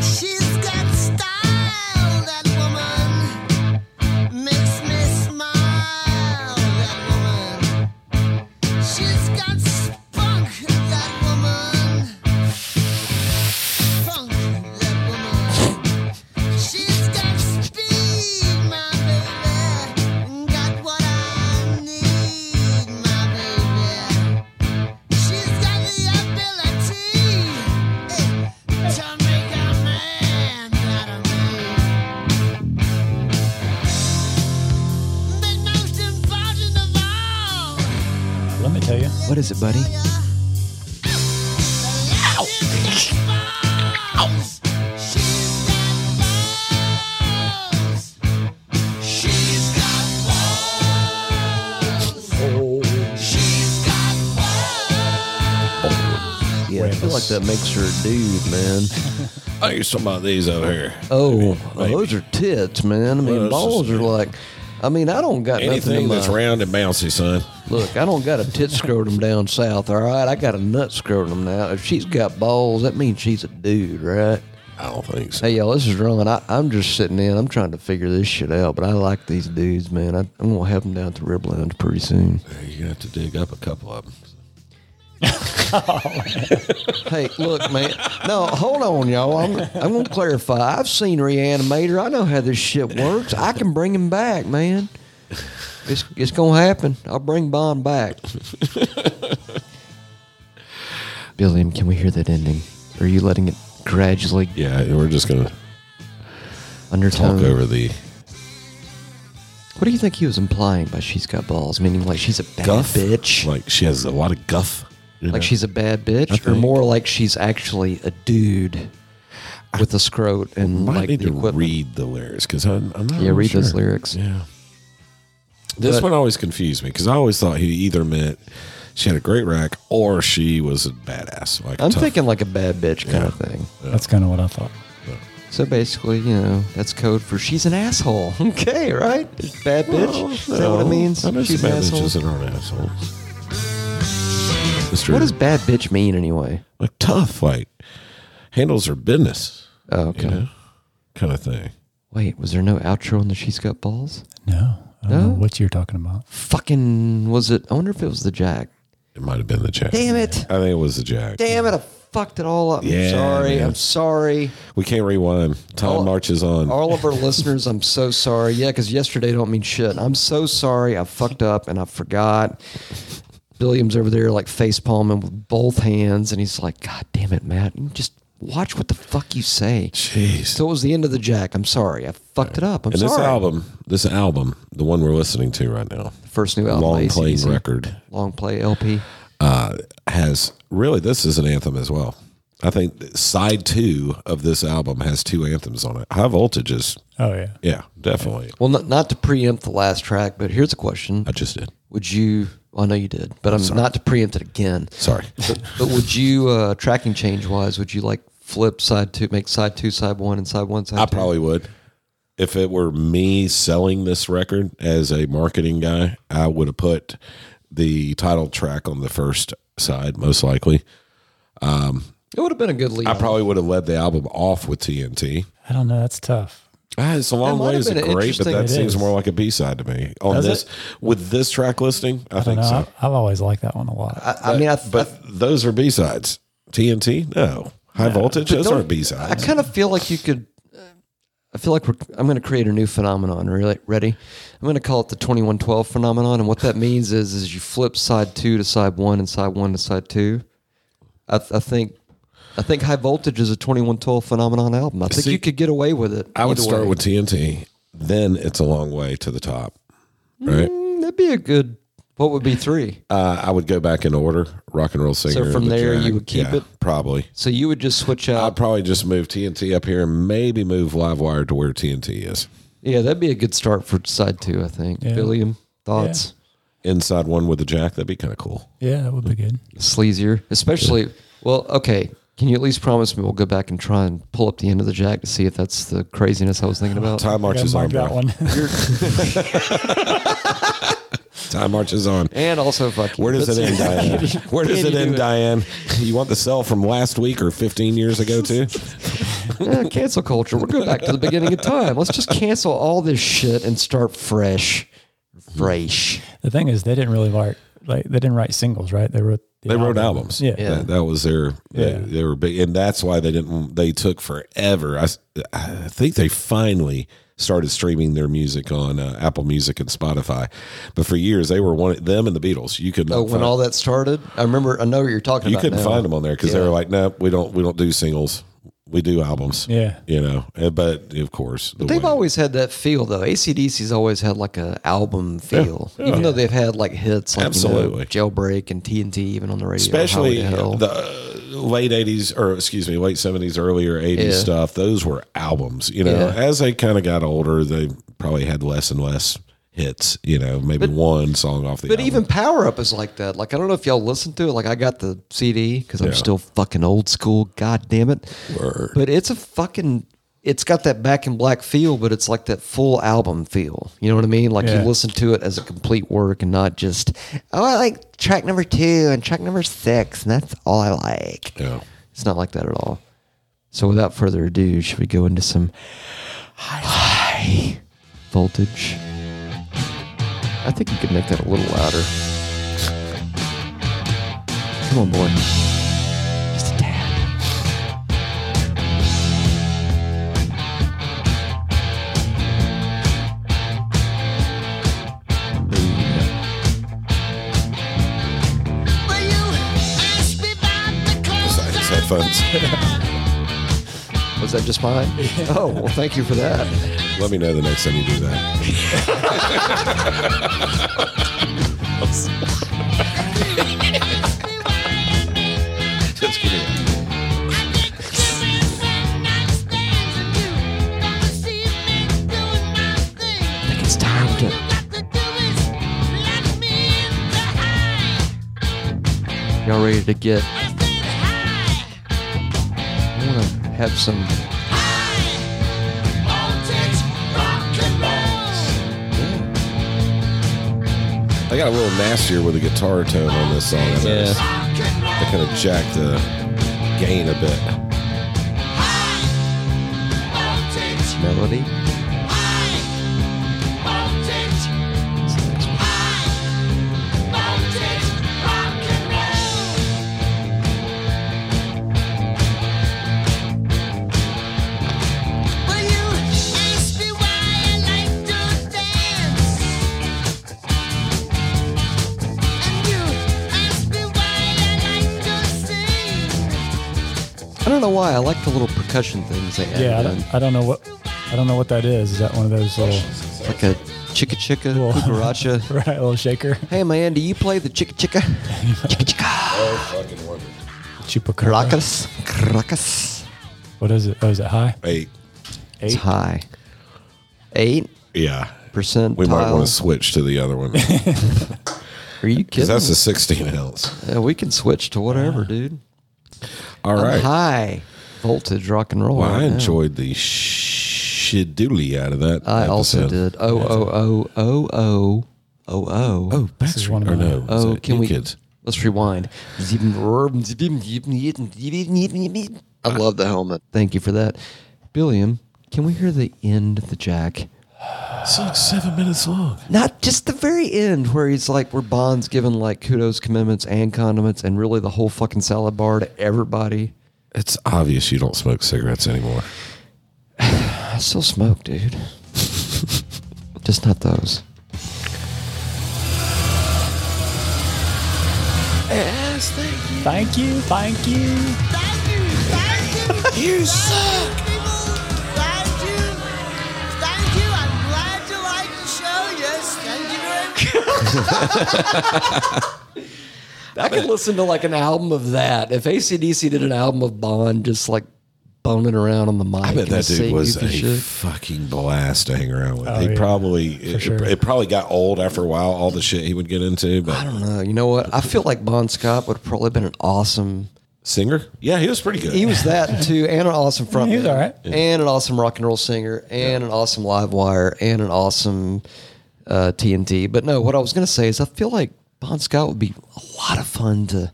S10: She's got style, that woman. Makes me smile, that woman. She's got spunk, that woman. Funk, that woman. She's got speed, my baby. Got what I need, my baby. She's got the ability. To make a man out of me. The most important of all.
S5: Let me tell you.
S3: What is it, buddy? Yeah, I feel like that makes her a dude, man.
S4: I use some of these over here.
S3: Oh, well, those are tits, man. I mean,
S4: Well, this
S3: balls
S4: is-
S3: are like. I mean, I don't got nothing in
S4: Anything
S3: my.
S4: that's round and bouncy, son.
S3: Look, I don't got a tit scrotum down south, all right? I got a nut scrotum now. If she's got balls, that means she's a dude, right?
S4: I don't think so.
S3: Hey, y'all, this is Ron. I, I'm just sitting in. I'm trying to figure this shit out, but I like these dudes, man. I, I'm going to have them down to Rib Lounge pretty soon.
S4: You're gonna have to dig up a couple of them.
S3: Hey, look, man. No, hold on, y'all. I'm, I'm going to clarify. I've seen Reanimator. I know how this shit works. I can bring him back, man. It's, it's going to happen. I'll bring Bond back. Billiam, can we hear that ending? Or are you letting it gradually
S4: Yeah, we're just gonna talk
S3: undertone?
S4: over the
S3: What do you think he was implying by she's got balls? Meaning, like, she's a bad
S4: guff.
S3: bitch?
S4: Like she has a lot of guff. you
S3: Like
S4: know?
S3: she's a bad bitch, or
S4: think-
S3: more like she's actually a dude with a scrote and
S4: Might
S3: like
S4: need
S3: the
S4: to
S3: equipment.
S4: read the lyrics because I'm, I'm not.
S3: Yeah,
S4: really
S3: read those
S4: sure.
S3: lyrics.
S4: Yeah. This
S3: But-
S4: one always confused me because I always thought he either meant she had a great rack or she was a badass. Like a
S3: I'm
S4: tough-
S3: thinking like a bad bitch kind of thing.
S5: That's kind of what I thought.
S3: So basically, you know, that's code for she's an asshole. Okay, right? Bad bitch. Is that what it
S4: Oh, No,
S3: means?
S4: I know
S3: She's
S4: some
S3: an
S4: bad
S3: asshole.
S4: bitches that aren't assholes. Mr.
S3: What does bad bitch mean anyway?
S4: like tough like handles her business
S3: Oh, okay.
S4: you know, kind of thing.
S3: Wait, was there no outro on the She's Got Balls?
S5: No, I don't
S3: No?
S5: know what you're talking about.
S3: Fucking was it? I wonder if it was the Jack.
S4: It might have been the jack.
S3: Damn it!
S4: I think it was the jack.
S3: Damn it! I fucked it all up.
S4: Yeah,
S3: I'm sorry.
S4: man.
S3: I'm sorry.
S4: We can't rewind. Time
S3: All-
S4: marches on.
S3: All of our listeners, I'm so sorry. Yeah, because yesterday don't mean shit. I'm so sorry. I fucked up and I forgot. Billiam's over there like face palming with both hands, and he's like, "God damn it, Matt! You just watch what the fuck you say."
S4: Jeez.
S3: So it was the end of the jack. I'm sorry. I fucked it up. I'm
S4: and
S3: sorry.
S4: this album, this album, the one we're listening to right now,
S3: First new album,
S4: long playing
S3: AC/DC.
S4: record,
S3: long play LP.
S4: has really this is an anthem as well. I think side two of this album has two anthems on it. High voltage is
S5: Oh yeah,
S4: yeah, definitely.
S3: Well, not, not to preempt the last track, but here's a question:
S4: I just did.
S3: Would you? I know you did, but I'm not to preempt it again.
S4: Sorry.
S3: But would you uh, tracking change wise? Would you like flip side two, make side two, side one, and side one, side
S4: I
S3: two?
S4: probably would. If it were me selling this record as a marketing guy, I would have put the title track on the first side, most likely.
S3: It would have been a good lead.
S4: I probably would have led the album off with TNT.
S5: I don't know. That's tough.
S4: Ah, it's a long
S3: might have
S4: ways to
S3: been an
S4: great, but
S3: interesting-
S4: that
S5: It
S4: seems
S5: is.
S4: more like a B side to me. On
S5: Does
S4: this,
S5: it?
S4: with this track listing, I,
S5: I don't
S4: think
S5: know.
S4: so.
S5: I- I've always liked that one a lot.
S3: I, I mean, I,
S4: But those are B sides. TNT, no. High voltage, those aren't B
S3: I, I
S4: sides.
S3: kind of feel like you could. I feel like we're, I'm going to create a new phenomenon. Really, ready? I'm going to call it the 2112 phenomenon, and what that means is, is you flip side two to side one and side one to side two. I, th- I think, I think high voltage is a 2112 phenomenon album. I think
S4: See,
S3: you could get away with it.
S4: I would
S3: either
S4: start
S3: way.
S4: with TNT, then it's a long way to the top, right?
S3: Mm, That'd be a good. What would be three?
S4: Uh, I would go back in order, rock and roll singer.
S3: from
S4: The
S3: there, you would keep it?
S4: probably.
S3: So you would just switch
S4: I'd
S3: out.
S4: probably just move TNT up here and maybe move Livewire to where TNT is.
S3: Yeah, that'd be a good start for side two. I think.
S5: Yeah.
S3: Billiam thoughts.
S4: Inside one with the jack, that'd be kind of cool.
S5: yeah, that would be good.
S3: sleazier, especially. Well, okay, Can you at least promise me we'll go back and try and pull up the end of the jack to see if that's the craziness I was thinking about?
S4: Time marches on, bro. Time marches on.
S3: And also, fuck you.
S4: Where does it
S3: That's-
S4: end, Diane? Where does
S3: Can
S4: it
S3: you
S4: end,
S3: do it?
S4: Diane? You want the cell from last week or 15 years ago, too?
S3: Eh, cancel culture. We're going back to the beginning of time. Let's just cancel all this shit and start fresh. Fresh.
S5: The thing is, they didn't really write like they didn't write singles, right? They wrote the
S4: They wrote albums.
S5: Yeah,
S4: That, that was their, they,
S5: Yeah.
S4: they were big. And that's why they didn't, they took forever. I, s- I think they finally started streaming their music on uh, Apple Music and Spotify. But for years, they were one, them and the Beatles. You could not
S3: Oh, when
S4: find-
S3: all that started, I remember. I know what you're talking
S4: you
S3: about.
S4: couldn't
S3: now.
S4: find them on there because they
S3: Yeah.
S4: were like, no, we don't, we don't do singles. We do albums.
S5: Yeah.
S4: You know, Uh, but of course, the
S3: But they've
S4: way-
S3: always had that feel, though. ACDC's always had like a album feel, even though they've had like hits like
S4: Oh, Absolutely.
S3: You know, Jailbreak and TNT, even on the radio.
S4: especially
S3: Highway to Hell.
S4: the uh, late 80s or excuse me late 70s earlier 80s
S3: Yeah.
S4: stuff those were albums you know
S3: Yeah.
S4: as they kind of got older they probably had less and less hits you know maybe one song off the
S3: But
S4: album.
S3: even Power Up is like that. Like I don't know if y'all listen to it. Like I got the CD because I'm
S4: Yeah.
S3: still fucking old school. God damn it!
S4: Word.
S3: But it's a fucking. It's got that back in black feel, but it's like that full album feel. You know what I mean? Like
S5: Yeah.
S3: you listen to it as a complete work and not just oh I like track number two and track number six and that's all I like.
S4: yeah.
S3: It's not like that at all. So without further ado, should we go into some high voltage? I think you could make that a little louder. Come on, boy. Just a tad.
S4: Besides his headphones
S3: Was that just mine? Oh, well, thank you for that.
S4: let me know the next time you do that Just kidding.
S3: I think it's time to. Y'all ready to get? I want to have some.
S4: i got a little nastier with the guitar tone on this song i noticed. i kind of jacked the gain a bit
S3: melody. I don't know why. I like the little percussion things they added
S5: yeah. I
S3: in.
S5: don't, I don't know what I don't know what that is. Is that one of those little
S3: It's like a chicka chicka
S5: Well-
S3: cucaracha.
S5: right little shaker
S3: Hey man, do you play the chicka chicka? Chicka chicka.
S5: chupacabra?
S3: Caracas. Caracas.
S5: What is it? Oh, is it high?
S4: eight
S3: It's high. Eight
S4: yeah
S3: percent.
S4: We might want to switch to the other one because
S3: Are you kidding?
S4: that's a 16 ounce.
S3: Yeah, we can switch to whatever, dude.
S4: All right.
S3: High voltage rock and roll.
S4: Well, I
S3: right now.
S4: enjoyed the shidoodly out of that.
S3: I also
S4: episode.
S3: did. Oh oh oh oh oh oh oh.
S4: Oh,
S5: This is one
S4: Backstreet.
S5: of
S4: Or
S5: my-
S4: no.
S3: Oh, can we?
S4: Kids.
S3: Let's rewind. I love the helmet. Thank you for that, Billiam. Can we hear the end of the Jack?
S4: Song's seven minutes long.
S3: Not just the very end where he's like, where Bond's given like kudos, commitments, and condiments, and really the whole fucking salad bar to everybody.
S4: It's obvious you don't smoke cigarettes anymore.
S3: I still smoke, dude. just not those.
S5: Thank you, thank you.
S10: You suck! Thank you. Thank you. I'm glad you like the show. Yes, thank you very much.
S3: I could listen to like an album of that. If ACDC did an album of Bond just like boning around on the mic,
S4: I bet
S3: and
S4: that
S3: just
S4: dude
S3: saying
S4: was
S3: goofy
S4: a
S3: shit.
S4: fucking blast to hang around with.
S5: Oh,
S4: he
S5: yeah.
S4: probably it,
S5: sure.
S4: it probably got old after a while. All the shit he would get into, but
S3: Uh, I don't know. You know what? I feel like Bon Scott would have probably been an awesome
S4: Singer? Yeah, he was pretty good.
S3: He was that too, and an awesome frontman.
S5: He was all right.
S3: and an awesome rock and roll singer, and an awesome live wire, and an awesome uh, TNT. But no, what I was going to say is, I feel like Bon Scott would be a lot of fun to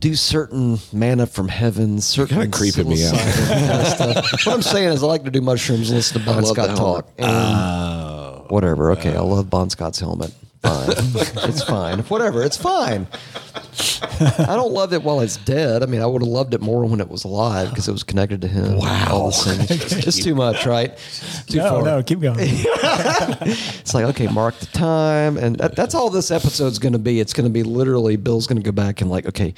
S3: do certain manna from heaven, certain
S4: kinda creeping me out.
S3: psilocybin kinda stuff. What I'm saying is, I like to do mushrooms, and listen to Bon
S6: love
S3: Scott
S6: that
S3: talk, and whatever. Okay, I love Bon Scott's helmet. Fine, it's fine. Whatever, it's fine. I don't love it while it's dead. I mean, I would have loved it more when it was alive because it was connected to him. Wow, all the same. just too much, right? Too
S5: No,
S3: far.
S5: no, keep going.
S3: It's like okay, mark the time, and that, that's all this episode's going to be. It's going to be literally Bill's going to go back and like okay,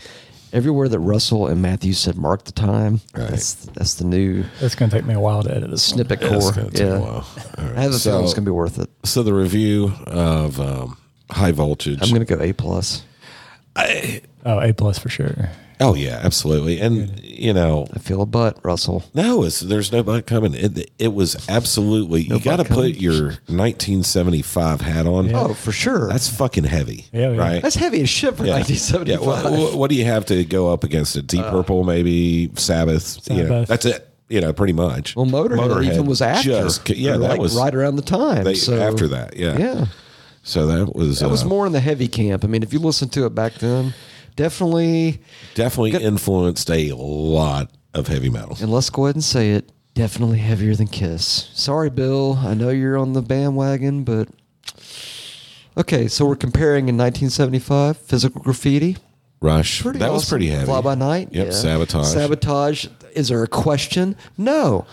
S3: everywhere that Russell and Matthew said mark the time. That's that's the new
S5: That's going to take me a while to edit this.
S3: snippet
S4: Yeah, it's
S3: core.
S4: gonna take a
S3: Yeah,
S4: while. All right.
S3: uh, I have a
S4: So-
S3: feeling it's going to be worth it.
S4: So the review of um, High Voltage.
S3: I'm going to go A plus.
S5: Oh, A plus for sure.
S4: oh yeah, absolutely. And you know,
S3: I feel a butt, Russell.
S4: no, it's, there's no butt coming. It, it was absolutely. you got to put your 1975 hat on.
S5: Yeah.
S3: Oh, for sure.
S4: That's fucking heavy.
S5: Yeah, yeah.
S4: right.
S3: That's heavy as shit for
S4: yeah.
S3: 1975.
S4: Yeah, What, what- what do you have to go up against it? Deep
S3: Uh,
S4: Purple, maybe Sabbath. You know,
S5: Sabbath.
S4: that's it. You know, pretty much.
S3: Well, Motorhead, even was after.
S4: just- yeah,
S3: or,
S4: that
S3: like,
S4: was
S3: right around the time.
S4: they-
S3: so,
S4: after that. Yeah,
S3: yeah,
S4: So that was
S3: that was
S4: uh,
S3: more in the heavy camp. I mean, if you listen to it back then, definitely.
S4: definitely influenced a lot of heavy metal.
S3: And let's go ahead and say it. Definitely heavier than Kiss. Sorry, Bill. I know you're on the bandwagon, but okay. So we're comparing in 1975 physical graffiti.
S4: Rush.
S3: Pretty
S4: that was
S3: awesome.
S4: pretty heavy.
S3: Fly by night.
S4: Yep.
S3: yeah.
S4: Sabotage.
S3: Sabotage. Is there a question? No.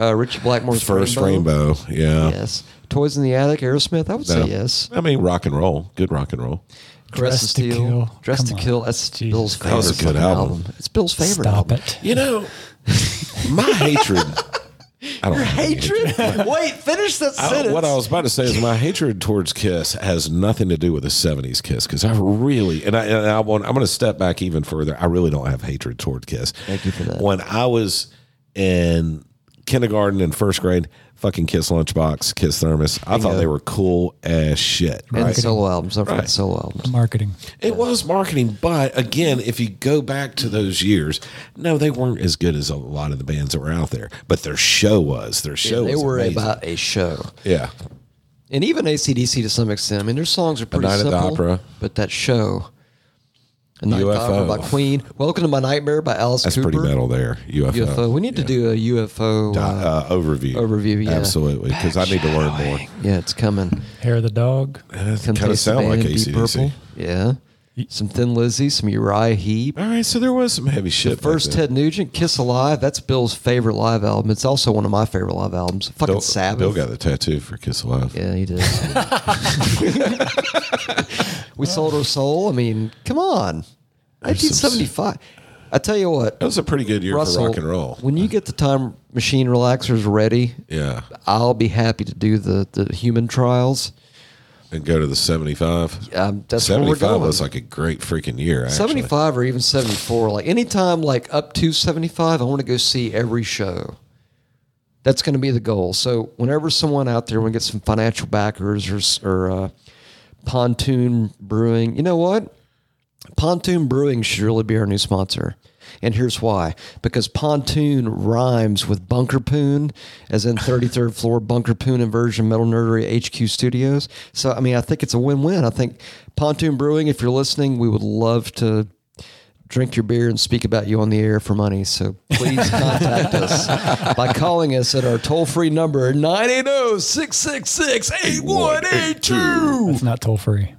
S3: Uh, Richie Blackmore's
S4: First Rainbow. Yeah.
S3: Yes. Toys in the Attic, Aerosmith. I would
S4: No.
S3: say yes.
S4: I mean, rock and roll. Good rock and roll.
S3: Dress to Kill. Dress
S5: Come
S3: to
S5: on.
S3: Kill. That's
S5: Jesus
S3: Bill's
S5: Christ.
S3: favorite
S4: That was a good
S3: fucking
S4: album.
S3: It's Bill's favorite
S5: Stop
S3: album.
S5: it.
S4: You know, my hatred. I don't Your
S3: Hatred? Wait, finish that sentence.
S4: what I was about to say is my hatred towards Kiss has nothing to do with the '70s Kiss because I really and I and I want I'm going to step back even further. I really don't have hatred toward Kiss. Thank
S3: you for that.
S4: When I was in kindergarten and first grade, fucking Kiss lunchbox, Kiss thermos, I thought they were cool as shit.
S3: and
S4: right?
S3: solo albums. Don't forget
S4: Right.
S3: solo albums.
S5: Marketing.
S4: It was marketing, but again, if you go back to those years, no, they weren't as good as a lot of the bands that were out there. But their show was. Their show
S3: They
S4: was
S3: were
S4: amazing.
S3: about a show.
S4: yeah.
S3: And even ACDC to some extent. I mean, their songs are pretty
S4: Night at the
S3: simple.
S4: Opera.
S3: But that show. A Night at the
S4: UFO.
S3: Opera by Queen. Welcome to My Nightmare by Alice
S4: That's
S3: Cooper.
S4: pretty metal there. UFO.
S3: UFO. We need to do a UFO.
S4: Di-
S3: Uh,
S4: uh, overview.
S3: overview, yeah.
S4: Absolutely. Because I need to learn more.
S3: yeah, it's coming.
S5: Hair of the dog.
S4: That
S3: Come
S4: kind of
S3: Taste the
S4: sound like
S3: Band, Deep
S4: ACDC.
S3: Purple. Yeah. Some Thin Lizzy, some Uriah Heep.
S4: All right. So there was some heavy shit. back
S3: First
S4: then.
S3: Ted Nugent, Kiss Alive. That's Bill's favorite live album. It's also one of my favorite live albums. Fucking
S4: Bill,
S3: Sabbath.
S4: Bill got the tattoo for Kiss Alive.
S3: yeah, he did. we sold our soul. I mean, come on. 1975. I tell you what,
S4: That was a pretty good year
S3: Russell,
S4: for rock and roll.
S3: when you get the time machine relaxers ready,
S4: yeah.
S3: I'll be happy to do the, the human trials.
S4: And go to the 75.
S3: Um, that's where we're
S4: 75
S3: going.
S4: was like a great freaking year. Actually.
S3: 75 or even 74 like anytime like up to 75 i want to go see every show that's going to be the goal so whenever someone out there want to get some financial backers or, s- or uh, pontoon brewing you know what pontoon brewing should really be our new sponsor and here's why because pontoon rhymes with bunker poon as in 33rd floor bunker poon inversion metal nerdery hq studios so i mean i think it's a win-win i think pontoon brewing if you're listening we would love to drink your beer and speak about you on the air for money. So please contact us by calling us at our toll free number 980 666 8182.
S5: It's not toll free.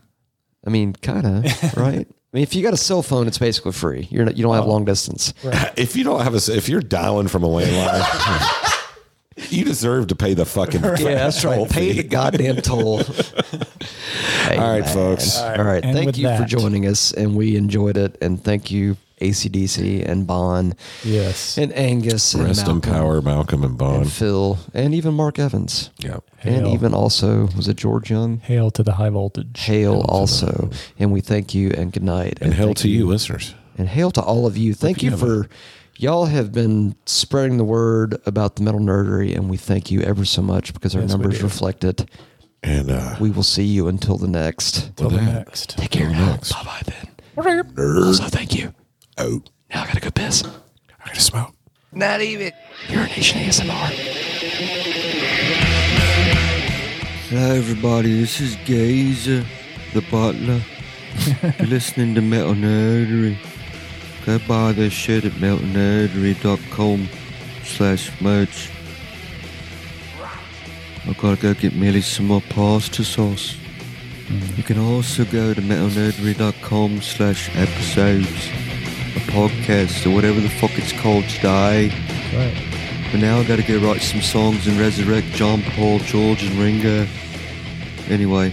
S3: I mean, kind of, right? I mean, if you got a cell phone, it's basically free. You're not, you don't have
S5: Oh.
S3: long distance.
S4: If you don't have a, if you're dialing from a landline, you deserve to pay the fucking.
S3: Yeah, that's right.
S4: toll
S3: Pay the
S4: fee.
S3: goddamn toll.
S4: All right, folks.
S3: All right.
S5: And
S3: Thank
S5: with
S3: you for
S5: that-
S3: joining us, and we enjoyed it. And thank you, ACDC and Bon
S5: Yes.
S3: and Angus and
S4: Rest in
S3: Malcolm
S4: power, Malcolm and
S3: and
S4: Bond.
S3: Phil and even Mark Evans.
S4: Yeah.
S3: And
S5: Hell.
S3: even also, was it George Young?
S5: Hail to the high voltage.
S3: hail also and we thank you and good night
S4: And hell
S3: thank
S4: to you, listeners.
S3: and hail to all of you thank you for y'all have been spreading the word about the metal nerdery and we thank you ever so much because our numbers reflect it
S4: And uh,
S3: we will see you until the next
S5: Till the next.
S3: take care now bye bye then also thank you
S4: Oh.
S3: Now I gotta go piss.
S4: I gotta smoke.
S1: Not even.
S3: Urination ASMR.
S6: Hello, everybody. This is Gazer, the butler. You're listening to Metal Nerdery. Go buy their shit at metalnerdery.com slash merch. I've got to go get Millie some more pasta sauce. You can also go to metalnerdery.com slash episodes, a podcast, or whatever the fuck it's called today. But now I gotta go write some songs and resurrect John Paul, George, and Ringo. Anyway.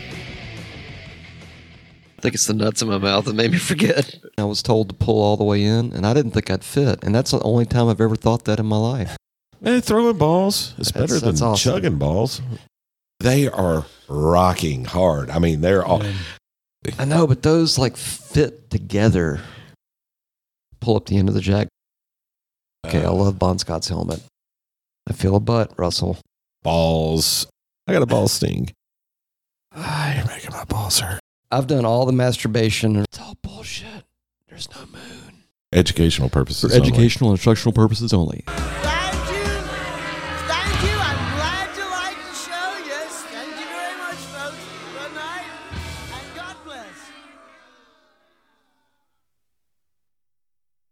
S3: I think it's the nuts in my mouth that made me forget. I was told to pull all the way in, and I didn't think I'd fit. And that's the only time I've ever thought that in my life.
S4: Eh, throwing balls is better
S3: That's- that's
S4: than
S3: awesome.
S4: chugging balls. They are rocking hard. I mean, they're all.
S3: I know, but those like fit together. Pull up the end of the jack. Okay, I love Bon Scott's helmet. I feel a butt, Russell.
S4: balls. I got a ball sting. Ah, you're making my balls hurt.
S3: I've done all the masturbation. It's all bullshit. There's no moon.
S4: Educational purposes.
S3: For educational and instructional purposes only.
S10: Right